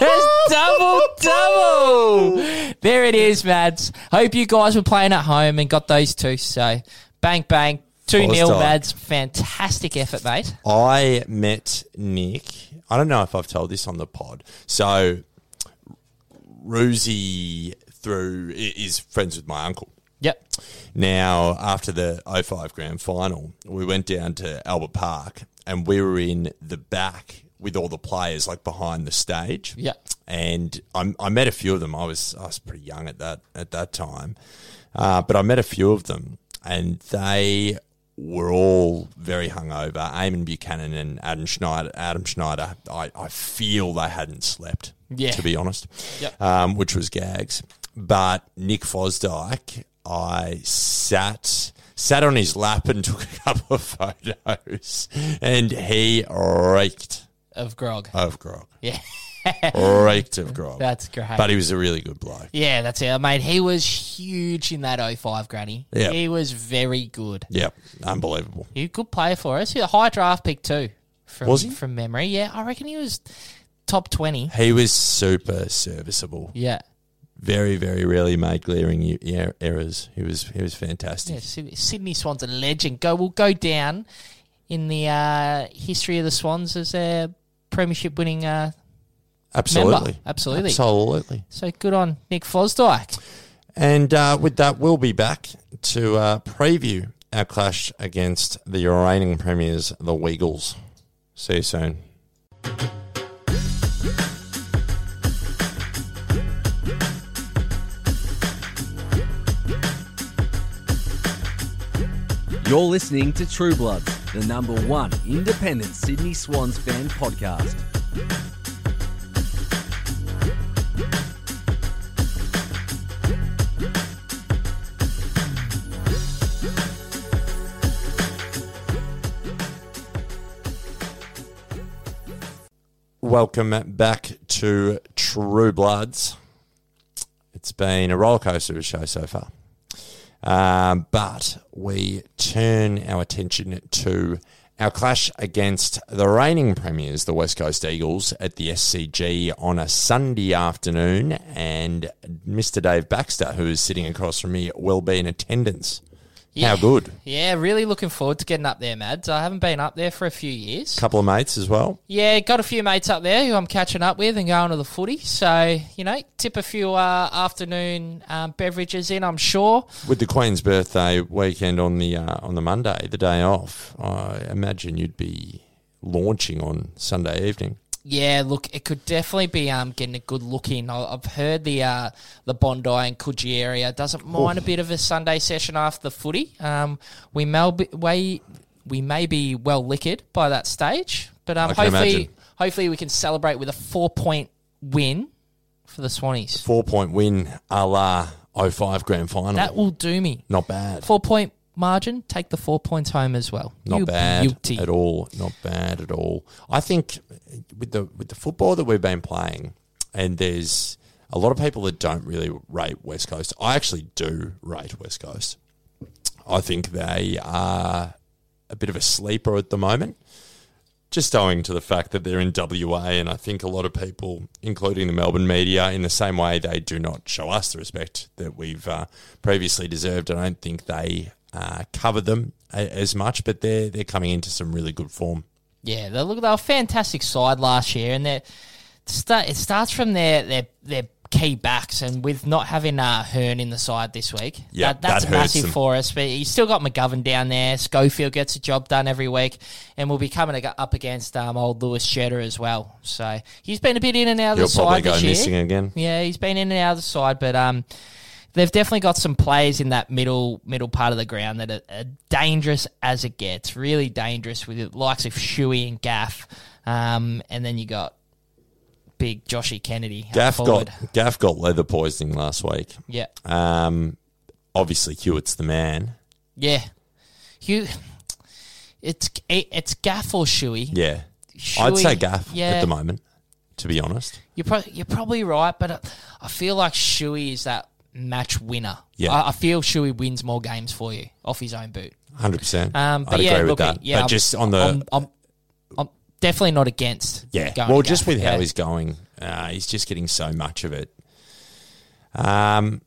[SPEAKER 2] double, double! There it is, Mads. Hope you guys were playing at home and got those two. So, bang, bang. 2 0,
[SPEAKER 1] Awesome.
[SPEAKER 2] Mads. Fantastic effort, mate.
[SPEAKER 1] I met Nick. I don't know if I've told this on the pod. So, Rosie through i- is friends with my uncle.
[SPEAKER 2] Yep.
[SPEAKER 1] Now, after the 05 grand final, we went down to Albert Park and we were in the back with all the players, like behind the stage.
[SPEAKER 2] Yeah.
[SPEAKER 1] And I, I met a few of them. I was I was pretty young at that at that time, uh, but I met a few of them, and they were all very hungover. Eamon Buchanan and Adam Schneider. Adam Schneider. I, I feel they hadn't slept.
[SPEAKER 2] Yeah.
[SPEAKER 1] To be honest
[SPEAKER 2] Yep.
[SPEAKER 1] um, which was gags. But Nick Fosdyke, I sat sat on his lap and took a couple of photos, and he raked
[SPEAKER 2] Of grog.
[SPEAKER 1] of grog,
[SPEAKER 2] Yeah.
[SPEAKER 1] raked of grog.
[SPEAKER 2] That's great.
[SPEAKER 1] But he was a really good bloke.
[SPEAKER 2] Yeah, that's it, mate. He was huge in that 05 granny.
[SPEAKER 1] Yeah.
[SPEAKER 2] He was very good.
[SPEAKER 1] Yep, unbelievable.
[SPEAKER 2] He was a good player for us. He was a high draft pick too. From,
[SPEAKER 1] Was he?
[SPEAKER 2] From memory, yeah. I reckon he was top 20.
[SPEAKER 1] He was super serviceable.
[SPEAKER 2] Yeah.
[SPEAKER 1] Very, very rarely made glaring e- er- errors. He was he was
[SPEAKER 2] Yeah,
[SPEAKER 1] fantastic.
[SPEAKER 2] Sydney, Sydney Swans a legend. Go will go down in the uh, history of the Swans as a premiership winning uh, member.
[SPEAKER 1] Absolutely,
[SPEAKER 2] Absolutely.
[SPEAKER 1] absolutely.
[SPEAKER 2] So good on Nick Fosdyke.
[SPEAKER 1] And uh, with that, we'll be back to uh, preview our clash against the reigning premiers, the Weagles. See you soon.
[SPEAKER 5] You're listening to True Bloods, the number one independent Sydney Swans fan podcast.
[SPEAKER 1] Welcome back to True Bloods. It's been a rollercoaster of a show so far. Um, but we turn our attention to our clash against the reigning premiers, the West Coast Eagles, at the SCG on a Sunday afternoon. And Mr. Dave Baxter, who is sitting across from me, will be in attendance. How good.
[SPEAKER 2] Yeah, really looking forward to getting up there, Mads. I haven't been up there for a few years.
[SPEAKER 1] Couple of mates as well.
[SPEAKER 2] Yeah, got a few mates up there who I'm catching up with and going to the footy. So, you know, tip a few uh, afternoon um, beverages in, I'm sure.
[SPEAKER 1] With the Queen's birthday weekend on the uh, on the Monday, the day off, I imagine you'd be launching on Sunday evening.
[SPEAKER 2] Yeah, look, it could definitely be um, getting a good look in. I- I've heard the uh, the Bondi and Coogee area doesn't mind a bit of a Sunday session after the footy. Um, we, mel- we, we may be well liquored by that stage, but um,
[SPEAKER 1] I can
[SPEAKER 2] hopefully,
[SPEAKER 1] imagine.
[SPEAKER 2] hopefully we can celebrate with a four point win for the Swannies.
[SPEAKER 1] Four point win a la 05 grand final.
[SPEAKER 2] That will do me.
[SPEAKER 1] Not bad.
[SPEAKER 2] Four point margin, take the four points home as well.
[SPEAKER 1] Not
[SPEAKER 2] You
[SPEAKER 1] bad
[SPEAKER 2] beauty.
[SPEAKER 1] at all. Not bad at all. I think with the with the football that we've been playing, and there's a lot of people that don't really rate West Coast. I actually do rate West Coast. I think they are a bit of a sleeper at the moment, just owing to the fact that they're in WA, and I think a lot of people, including the Melbourne media, in the same way they do not show us the respect that we've uh, previously deserved. I don't think they uh, cover them a- as much, but they're they're coming into some really good form.
[SPEAKER 2] Yeah, they look they were a fantastic side last year, and they start it starts from their their their key backs, and with not having uh, Hearn in the side this week,
[SPEAKER 1] Yeah,
[SPEAKER 2] that's
[SPEAKER 1] that hurts
[SPEAKER 2] massive
[SPEAKER 1] them.
[SPEAKER 2] for us. But you still got McGovern down there. Schofield gets a job done every week, and we'll be coming ag- up against um, old Lewis Shetter as well. So he's been a bit in and out of
[SPEAKER 1] He'll
[SPEAKER 2] the
[SPEAKER 1] probably
[SPEAKER 2] side
[SPEAKER 1] go
[SPEAKER 2] this year.
[SPEAKER 1] missing again.
[SPEAKER 2] Yeah, he's been in and out of the side, but um, they've definitely got some players in that middle middle part of the ground that are, are dangerous as it gets. Really dangerous with the likes of Shuey and Gaff, um, and then you got big Joshy Kennedy. up
[SPEAKER 1] Gaff
[SPEAKER 2] forward.
[SPEAKER 1] got Gaff got leather poisoning last week.
[SPEAKER 2] yeah,
[SPEAKER 1] Um, obviously Hewitt's the man.
[SPEAKER 2] yeah. Hugh, it's it, it's Gaff or Shuey.
[SPEAKER 1] Yeah, I'd say
[SPEAKER 2] Shuey,
[SPEAKER 1] Gaff at
[SPEAKER 2] yeah.
[SPEAKER 1] the moment. To be honest,
[SPEAKER 2] You're, pro- you're probably right, but I, I feel like Shuey is that match winner.
[SPEAKER 1] Yeah.
[SPEAKER 2] I, I feel Shuey wins more games for you off his own boot.
[SPEAKER 1] hundred percent.
[SPEAKER 2] Um, but
[SPEAKER 1] I'd
[SPEAKER 2] yeah,
[SPEAKER 1] agree
[SPEAKER 2] look,
[SPEAKER 1] with that.
[SPEAKER 2] yeah,
[SPEAKER 1] but
[SPEAKER 2] I'm-
[SPEAKER 1] just on the
[SPEAKER 2] I'm, I'm, I'm definitely not against.
[SPEAKER 1] yeah,
[SPEAKER 2] going
[SPEAKER 1] well,
[SPEAKER 2] to
[SPEAKER 1] just
[SPEAKER 2] Gaff,
[SPEAKER 1] with how
[SPEAKER 2] yeah.
[SPEAKER 1] he's going, uh, he's just getting so much of it. Um,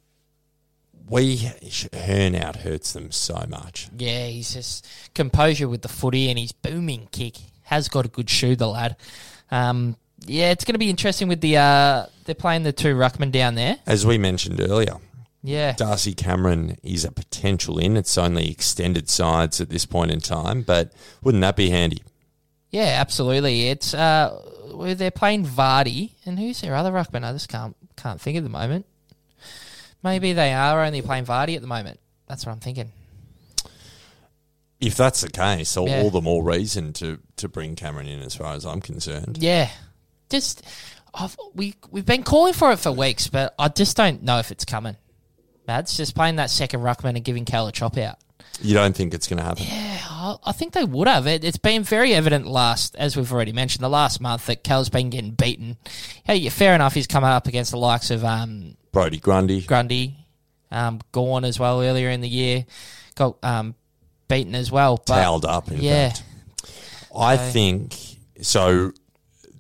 [SPEAKER 1] we Hearn out hurts them so much.
[SPEAKER 2] Yeah, he's just composure with the footy and his booming kick has got a good shoe, the lad. Um, yeah, it's going to be interesting with the uh, they're playing the two ruckmen down there.
[SPEAKER 1] As we mentioned earlier,
[SPEAKER 2] Yeah,
[SPEAKER 1] Darcy Cameron is a potential in. It's only extended sides at this point in time, but wouldn't that be handy?
[SPEAKER 2] yeah, absolutely. It's uh, well, they're playing Vardy and who's their other ruckman? I just can't can't think at the moment. Maybe they are only playing Vardy at the moment. That's what I'm thinking.
[SPEAKER 1] If that's the case, so
[SPEAKER 2] Yeah.
[SPEAKER 1] all the more reason to to bring Cameron in, as far as I'm concerned.
[SPEAKER 2] Yeah, just I've, we we've been calling for it for weeks, but I just don't know if it's coming. Mads just playing that second ruckman and giving Cal a chop out. Uh,
[SPEAKER 1] You don't think it's going to happen?
[SPEAKER 2] I, I think they would have. It, it's been very evident last, as we've already mentioned, the last month that Cal's been getting beaten. Hey, yeah, fair enough. He's come up against the likes of um,
[SPEAKER 1] Brody Grundy,
[SPEAKER 2] Grundy, um, Gorn as well earlier in the year. Got um, beaten as well. But
[SPEAKER 1] towelled up. In
[SPEAKER 2] yeah,
[SPEAKER 1] fact. I think
[SPEAKER 2] Hmm.
[SPEAKER 1] so.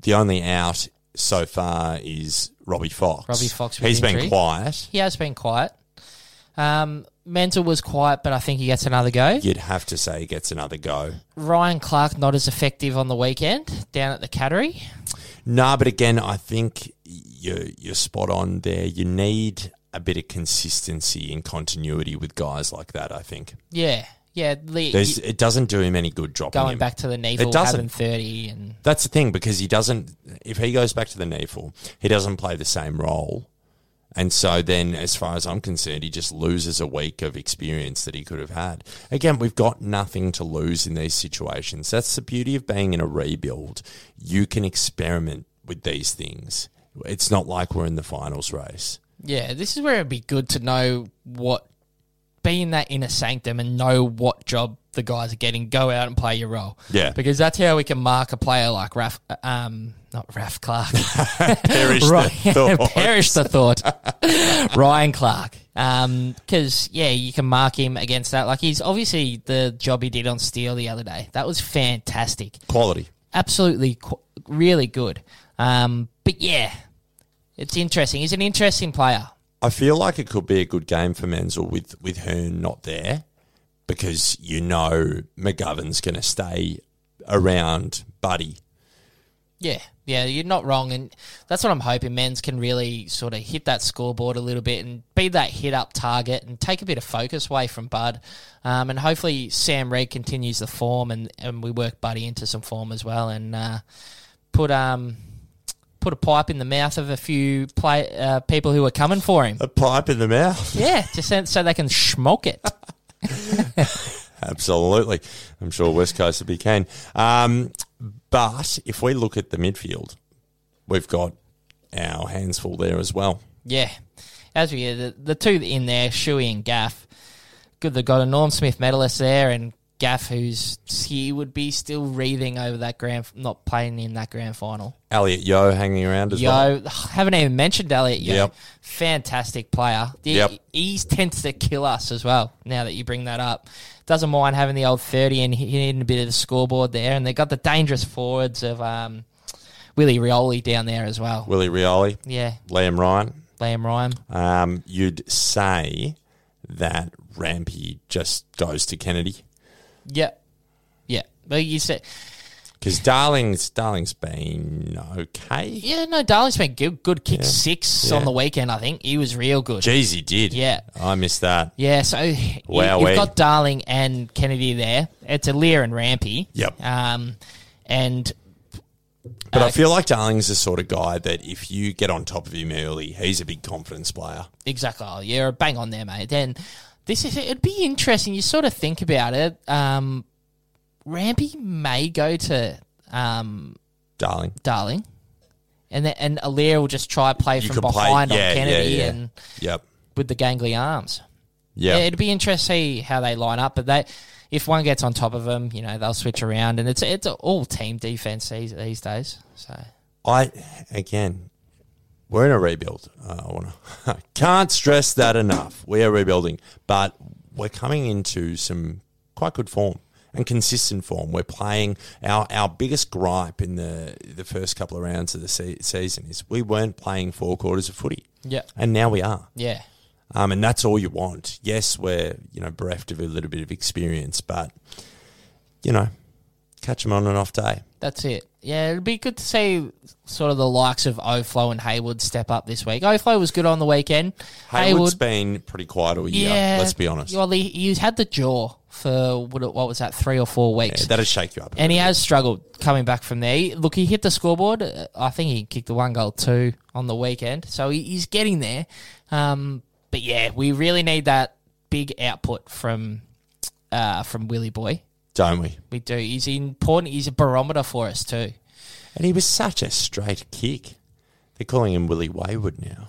[SPEAKER 1] The only out so far is Robbie Fox.
[SPEAKER 2] Robbie Fox with
[SPEAKER 1] He's been
[SPEAKER 2] injury.
[SPEAKER 1] quiet.
[SPEAKER 2] he has been quiet. Um, Mental was quiet, but I think he gets another go.
[SPEAKER 1] You'd have to say he gets another go.
[SPEAKER 2] Ryan Clark not as effective on the weekend down at the Cattery.
[SPEAKER 1] Nah, but again, I think you're, you're spot on there. You need a bit of consistency and continuity with guys like that. I think
[SPEAKER 2] Yeah, yeah. The,
[SPEAKER 1] There's,
[SPEAKER 2] you-
[SPEAKER 1] it doesn't do him any good dropping
[SPEAKER 2] going
[SPEAKER 1] him.
[SPEAKER 2] back to the Neville
[SPEAKER 1] doesn't.
[SPEAKER 2] having thirty, and
[SPEAKER 1] That's the thing because he doesn't. If he goes back to the Neefel, he doesn't play the same role, and so then, as far as I'm concerned, he just loses a week of experience that he could have had. Again, we've got nothing to lose in these situations. That's the beauty of being in a rebuild. You can experiment with these things. It's not like we're in the finals race.
[SPEAKER 2] yeah, this is where it'd be good to know what be in that inner sanctum and know what job the guys are getting. Go out and play your role.
[SPEAKER 1] Yeah.
[SPEAKER 2] because that's how we can mark a player like Raf, um, not Raf Clark.
[SPEAKER 1] Perish the
[SPEAKER 2] Ryan,
[SPEAKER 1] thought.
[SPEAKER 2] perish the thought. Ryan Clark. Because, yeah, you can mark him against that. Like, he's obviously the job he did on Steel the other day. That was fantastic.
[SPEAKER 1] Quality.
[SPEAKER 2] Absolutely, qu- really good. Um, but, yeah, it's interesting. He's an interesting player.
[SPEAKER 1] I feel like it could be a good game for Menzel with with Hearn not there because you know McGovern's going to stay around Buddy.
[SPEAKER 2] Yeah, yeah, you're not wrong. And that's what I'm hoping. Men's can really sort of hit that scoreboard a little bit and be that hit up target and take a bit of focus away from Bud. Um, and hopefully Sam Reed continues the form and, and we work Buddy into some form as well and uh, put um put a pipe in the mouth of a few play, uh, people who are coming for him.
[SPEAKER 1] A pipe in the mouth.
[SPEAKER 2] Yeah, just so, so they can smoke it.
[SPEAKER 1] Absolutely. I'm sure West Coast would be keen. Um, but if we look at the midfield, we've got our hands full there as well.
[SPEAKER 2] Yeah. As we the, the two in there, Shuey and Gaff. Good they've got a Norm Smith medalist there and Gaff who's he would be still wreathing over that grand not playing in that grand final.
[SPEAKER 1] Elliot Yo hanging around as
[SPEAKER 2] Yo,
[SPEAKER 1] well.
[SPEAKER 2] haven't even mentioned Elliot Yo.
[SPEAKER 1] Yep.
[SPEAKER 2] Fantastic player. The-
[SPEAKER 1] Yep.
[SPEAKER 2] He tends to kill us as well, now that you bring that up. Doesn't mind having the old 30 and hitting a bit of the scoreboard there. And they've got the dangerous forwards of um, Willie Rioli down there as well.
[SPEAKER 1] Willie Rioli,
[SPEAKER 2] Yeah,
[SPEAKER 1] Liam Ryan.
[SPEAKER 2] Liam Ryan.
[SPEAKER 1] Um, you'd say that Rampy just goes to Kennedy.
[SPEAKER 2] Yeah. Yeah. But you said,
[SPEAKER 1] Because Darling's Darling's been okay.
[SPEAKER 2] yeah, no, Darling's been good. Good kick six
[SPEAKER 1] Yeah.
[SPEAKER 2] on the weekend, I think. He was real good.
[SPEAKER 1] Jeez, he did.
[SPEAKER 2] Yeah.
[SPEAKER 1] I missed that.
[SPEAKER 2] yeah, so you,
[SPEAKER 1] Wowee.
[SPEAKER 2] you've got Darling and Kennedy there. It's Lear and Rampy.
[SPEAKER 1] Yep.
[SPEAKER 2] Um, and
[SPEAKER 1] But I
[SPEAKER 2] Uh,
[SPEAKER 1] feel like Darling's the sort of guy that if you get on top of him early, he's a big confidence player.
[SPEAKER 2] Exactly. Oh, yeah, bang on there, mate. Then this is it'd be interesting. You sort of think about it. Um, Rampy may go to um,
[SPEAKER 1] Darling,
[SPEAKER 2] Darling, and then, and Alair will just try play
[SPEAKER 1] you
[SPEAKER 2] from behind
[SPEAKER 1] yeah,
[SPEAKER 2] on Kennedy
[SPEAKER 1] yeah, yeah.
[SPEAKER 2] and
[SPEAKER 1] yep,
[SPEAKER 2] with the gangly arms.
[SPEAKER 1] yep.
[SPEAKER 2] Yeah, it'd be interesting to see how they line up. But they, if one gets on top of them, you know they'll switch around, and it's it's all team defense these, these days. So
[SPEAKER 1] I again, we're in a rebuild. Uh, I want to can't stress that enough. We are rebuilding, but we're coming into some quite good form and consistent form. We're playing our our biggest gripe in the the first couple of rounds of the se- season is we weren't playing four quarters of footy.
[SPEAKER 2] Yeah.
[SPEAKER 1] and now we are.
[SPEAKER 2] yeah,
[SPEAKER 1] Um, and that's all you want. Yes, we're you know bereft of a little bit of experience, but you know, catch them on an off day.
[SPEAKER 2] that's it. Yeah, it'd be good to see sort of the likes of Oflo and Haywood step up this week. Oflo was good on the weekend.
[SPEAKER 1] Haywood's
[SPEAKER 2] Haywood,
[SPEAKER 1] been pretty quiet all year.
[SPEAKER 2] yeah,
[SPEAKER 1] Let's be honest.
[SPEAKER 2] Well, he, he's had the jaw for what, what was that three or four weeks.
[SPEAKER 1] Yeah, that'd shake you up. a
[SPEAKER 2] and he
[SPEAKER 1] bit.
[SPEAKER 2] has struggled coming back from there. He- Look, he hit the scoreboard. Uh, I think he kicked the one goal too on the weekend, so he, he's getting there. Um, but yeah, we really need that big output from uh, from Willie Boy.
[SPEAKER 1] don't we?
[SPEAKER 2] We do. He's important. He's a barometer for us too.
[SPEAKER 1] And he was such a straight kick. They're calling him Willie Wayward now.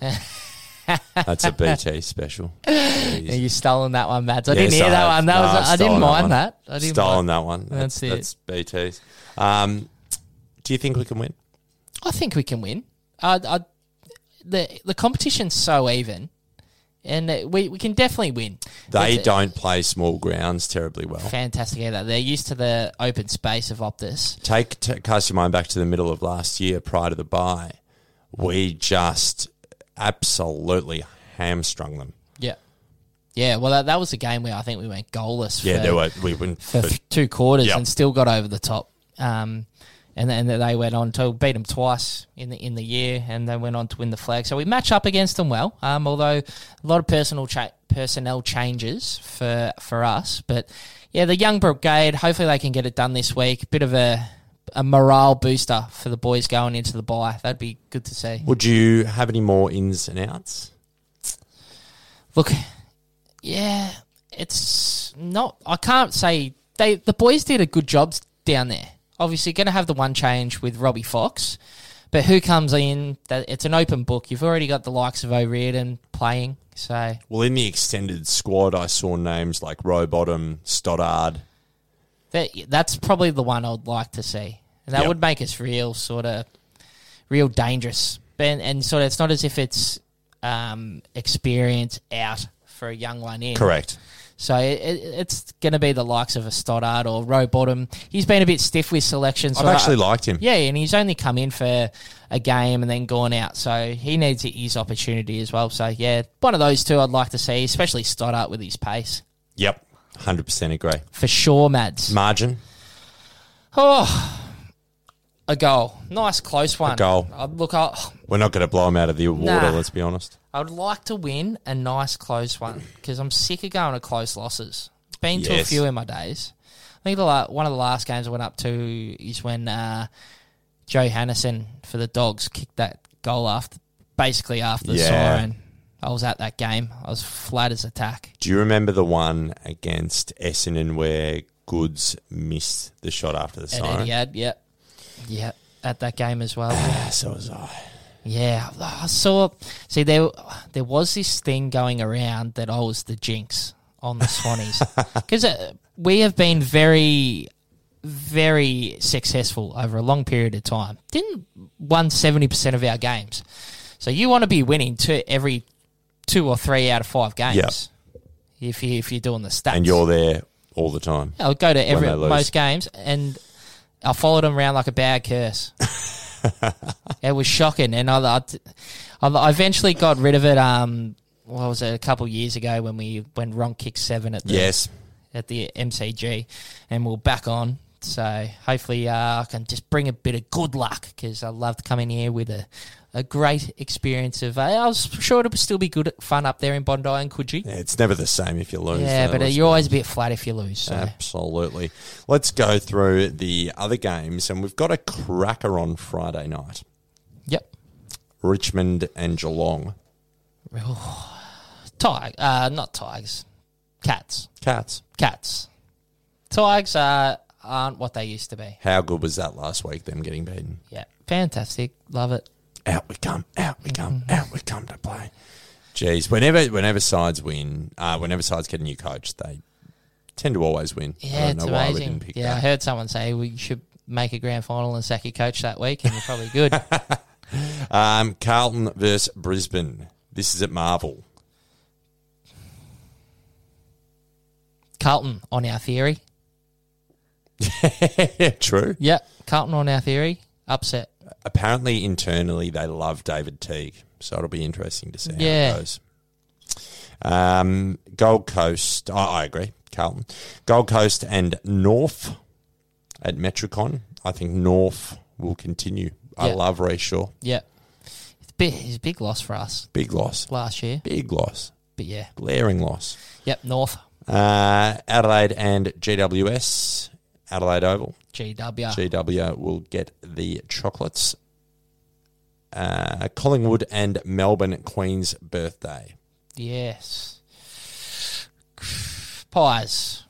[SPEAKER 1] That's a BT special.
[SPEAKER 2] Yeah, you stolen that one, Mads. I
[SPEAKER 1] Yes,
[SPEAKER 2] didn't hear
[SPEAKER 1] I
[SPEAKER 2] that
[SPEAKER 1] have.
[SPEAKER 2] one. That
[SPEAKER 1] No, I've
[SPEAKER 2] was I didn't
[SPEAKER 1] stolen
[SPEAKER 2] mind
[SPEAKER 1] that
[SPEAKER 2] that. I didn't
[SPEAKER 1] Stolen
[SPEAKER 2] mind.
[SPEAKER 1] that one. That's,
[SPEAKER 2] That's
[SPEAKER 1] that's BT's. Um, do you think we can win?
[SPEAKER 2] I think we can win. I, I, the the competition's so even, and uh, we we can definitely win.
[SPEAKER 1] They
[SPEAKER 2] It's-
[SPEAKER 1] don't play small grounds terribly well.
[SPEAKER 2] Fantastic either. They're used to the open space of Optus.
[SPEAKER 1] Take t- cast your mind back to the middle of last year, prior to the bye. We just absolutely hamstrung them.
[SPEAKER 2] Yeah. Yeah, well, that, that was a game where I think we went goalless
[SPEAKER 1] Yeah,
[SPEAKER 2] for,
[SPEAKER 1] there were we went
[SPEAKER 2] for
[SPEAKER 1] for
[SPEAKER 2] th- two quarters
[SPEAKER 1] Yep.
[SPEAKER 2] and still got over the top. Um, and then they went on to beat them twice in the in the year, and they went on to win the flag. So we match up against them well. Um, although a lot of personal cha- personnel changes for for us, but yeah, the young brigade. Hopefully, they can get it done this week. Bit of a a morale booster for the boys going into the bye. That'd be good to see.
[SPEAKER 1] Would you have any more ins and outs?
[SPEAKER 2] Look, yeah, it's not. I can't say they. The boys did a good job down there. Obviously, going to have the one change with Robbie Fox, but who comes in? That it's an open book. You've already got the likes of O'Riordan playing, so
[SPEAKER 1] Well, in the extended squad, I saw names like Rowbottom, Stoddard.
[SPEAKER 2] that that's probably the one I'd like to see. And that
[SPEAKER 1] Yep.
[SPEAKER 2] would make us real sort of real dangerous. And, and sort of it's not as if it's um, experience out for a young one in.
[SPEAKER 1] Correct.
[SPEAKER 2] So it, it, it's going to be the likes of a Stoddard or Row Bottom. He's been a bit stiff with selections.
[SPEAKER 1] I've
[SPEAKER 2] so I-
[SPEAKER 1] actually liked him.
[SPEAKER 2] yeah, and he's only come in for a game and then gone out, so he needs his opportunity as well. So yeah, one of those two I'd like to see, especially Stoddart with his pace
[SPEAKER 1] Yep. 100% agree.
[SPEAKER 2] for sure, Mads.
[SPEAKER 1] Margin?
[SPEAKER 2] Oh, a goal, nice close one.
[SPEAKER 1] goal.
[SPEAKER 2] I, look, I,
[SPEAKER 1] We're not going to blow him out of the water,
[SPEAKER 2] Nah.
[SPEAKER 1] let's be honest.
[SPEAKER 2] I would like to win a nice close one because I'm sick of going to close losses. Been to a
[SPEAKER 1] Yes.
[SPEAKER 2] few in my days. I think the la- one of the last games I went up to is when uh, Joe Hannison for the Dogs kicked that goal after, basically after the
[SPEAKER 1] Yeah.
[SPEAKER 2] siren. I was at that game. I was flat as a tack.
[SPEAKER 1] Do you remember the one against Essendon where Goods missed the shot after the
[SPEAKER 2] At
[SPEAKER 1] siren?
[SPEAKER 2] Etihad, yeah, yeah, at that game as well.
[SPEAKER 1] Yeah, Ah, so was I.
[SPEAKER 2] Yeah, I saw. See, there there was this thing going around that I was the jinx on the Swannies because uh, we have been very, very successful over a long period of time. Didn't won seventy percent of our games, so you want to be winning two every two or three out of five games. If you if you're doing the stats,
[SPEAKER 1] And you're there all the time.
[SPEAKER 2] I'll go to every
[SPEAKER 1] they lose.
[SPEAKER 2] most games, and I followed him around like a bad curse. it was shocking, and I, I, I eventually got rid of it. Um, what was it? A couple years ago when we went wrong kick seven at the
[SPEAKER 1] Yes.
[SPEAKER 2] at the MCG, and we're back on. So hopefully, uh, I can just bring a bit of good luck because I loved coming here with a, a great experience of. Uh, I was sure it would still be good fun up there in Bondi and Coogee. Yeah,
[SPEAKER 1] Yeah, it's never the same if you lose. though,
[SPEAKER 2] but uh,
[SPEAKER 1] let's
[SPEAKER 2] you're always a bit flat if you lose. So.
[SPEAKER 1] Absolutely. Let's go through the other games, and we've got a cracker on Friday night
[SPEAKER 2] Yep.
[SPEAKER 1] Richmond and Geelong.
[SPEAKER 2] Tig, uh, not tigers, cats,
[SPEAKER 1] Cats.
[SPEAKER 2] cats. Tigers uh, aren't what they used to be.
[SPEAKER 1] How good was that last week, them getting beaten?
[SPEAKER 2] Yeah, fantastic, love it.
[SPEAKER 1] Out we come, out we come,
[SPEAKER 2] Mm-hmm.
[SPEAKER 1] out we come to play. Jeez, whenever whenever sides win, uh, whenever sides get a new coach, they tend to always win. I
[SPEAKER 2] Yeah,
[SPEAKER 1] don't
[SPEAKER 2] it's
[SPEAKER 1] know why we
[SPEAKER 2] amazing.
[SPEAKER 1] didn't pick
[SPEAKER 2] Yeah, I
[SPEAKER 1] that.
[SPEAKER 2] heard someone say we should make a grand final and sack your coach that week, and you're probably good.
[SPEAKER 1] Um, Carlton versus Brisbane. This is at Marvel.
[SPEAKER 2] Carlton on our theory.
[SPEAKER 1] yeah, true.
[SPEAKER 2] Yeah, Carlton on our theory. Upset.
[SPEAKER 1] apparently internally they love David Teague, so it'll be interesting to see how
[SPEAKER 2] Yeah.
[SPEAKER 1] it goes. Um, Gold Coast, I I agree, Carlton. Gold Coast and North at Metricon. I think North will continue. I
[SPEAKER 2] Yeah.
[SPEAKER 1] love Ray Shaw.
[SPEAKER 2] Yeah, it's a, big, it's a big loss for us
[SPEAKER 1] Big loss.
[SPEAKER 2] last year.
[SPEAKER 1] Big loss.
[SPEAKER 2] But yeah,
[SPEAKER 1] Glaring loss.
[SPEAKER 2] yep. North
[SPEAKER 1] Uh, Adelaide and GWS. Adelaide Oval.
[SPEAKER 2] GW.
[SPEAKER 1] GW will get the chocolates. Uh, Collingwood and Melbourne Queen's birthday.
[SPEAKER 2] Yes. Pies.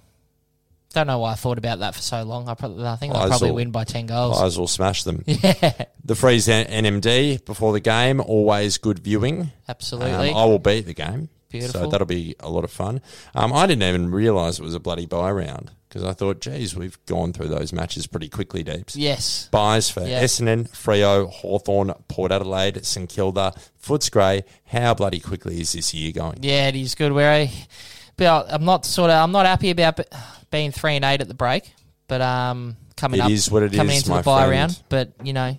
[SPEAKER 2] Don't know why I thought about that for so long. I probably I think
[SPEAKER 1] Pies
[SPEAKER 2] they'll probably
[SPEAKER 1] will-
[SPEAKER 2] win by ten goals.
[SPEAKER 1] Pies will smash them. The Freeze N- NMD before the game, always good viewing. Um,
[SPEAKER 2] Absolutely.
[SPEAKER 1] I will be at the game. So
[SPEAKER 2] Beautiful.
[SPEAKER 1] that'll be a lot of fun. Um, I didn't even realise it was a bloody buy round because I thought, geez, we've gone through those matches pretty quickly, Deeps.
[SPEAKER 2] yes.
[SPEAKER 1] Buys for
[SPEAKER 2] Yeah.
[SPEAKER 1] Essendon, Frio, Hawthorn, Port Adelaide, St Kilda, Footscray. How bloody quickly is this year going?
[SPEAKER 2] Yeah, it is good. Where I, but I'm not sort of I'm not happy about b- being three and eight at the break, but um coming
[SPEAKER 1] It
[SPEAKER 2] up
[SPEAKER 1] is what it
[SPEAKER 2] coming
[SPEAKER 1] is,
[SPEAKER 2] into
[SPEAKER 1] my
[SPEAKER 2] the buy
[SPEAKER 1] friend.
[SPEAKER 2] round. But you know,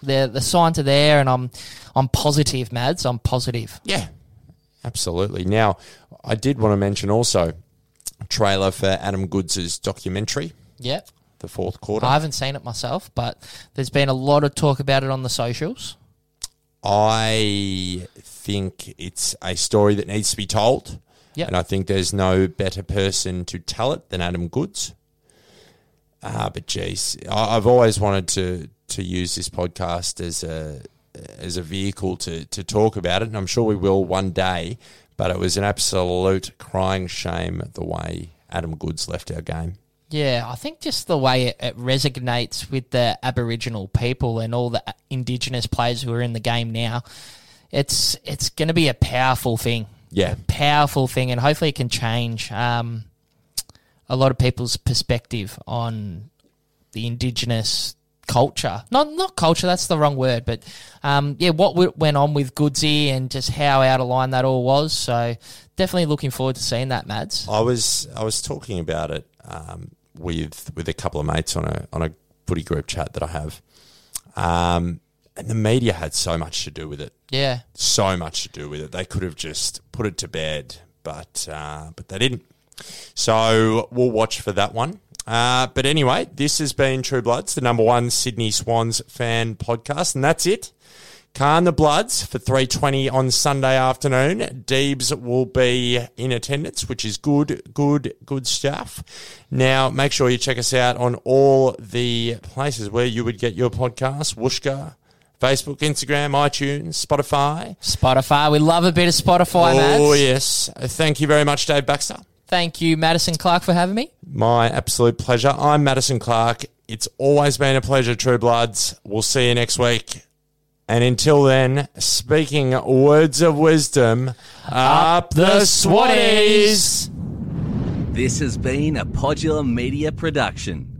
[SPEAKER 2] the the signs are there, and I'm I'm positive, Mads. I'm positive.
[SPEAKER 1] Yeah, absolutely. Now, I did want to mention also trailer for Adam Goods' documentary.
[SPEAKER 2] Yep.
[SPEAKER 1] the fourth quarter.
[SPEAKER 2] I haven't seen it myself, but there's been a lot of talk about it on the socials.
[SPEAKER 1] I think it's a story that needs to be told.
[SPEAKER 2] Yep.
[SPEAKER 1] And I think there's no better person to tell it than Adam Goods. Ah, but geez, I, I've always wanted to to use this podcast as a as a vehicle to to talk about it, and I'm sure we will one day. But it was an absolute crying shame the way Adam Goods left our game.
[SPEAKER 2] Yeah, I think just the way it, it resonates with the Aboriginal people and all the Indigenous players who are in the game now, it's it's going to be a powerful thing.
[SPEAKER 1] Yeah.
[SPEAKER 2] a powerful thing, and hopefully it can change um, a lot of people's perspective on the Indigenous culture. Not not culture, that's the wrong word, but um, yeah, what w- went on with Goodsy and just how out of line that all was. So definitely looking forward to seeing that, Mads.
[SPEAKER 1] I was I was talking about it um, with with a couple of mates on a on a footy group chat that I have, um, and the media had so much to do with it,
[SPEAKER 2] Yeah.
[SPEAKER 1] so much to do with it. They could have just put it to bed, but uh, but they didn't. So we'll watch for that one. Uh, but anyway, this has been True Bloods, the number one Sydney Swans fan podcast, and that's it. Khan the Bloods for 3.20 on Sunday afternoon. Deebs will be in attendance, which is good, good, good stuff. Now, make sure you check us out on all the places where you would get your podcast. Wooshka, Facebook, Instagram, iTunes, Spotify.
[SPEAKER 2] Spotify. We love a bit of Spotify, Mads.
[SPEAKER 1] oh, yes. Thank you very much, Dave Baxter.
[SPEAKER 2] Thank you, Madison Clark, for having me.
[SPEAKER 1] My absolute pleasure. I'm Madison Clark. It's always been a pleasure, True Bloods. We'll see you next week. And until then, speaking words of wisdom, up the Swatties!
[SPEAKER 5] This has been a Podular Media production.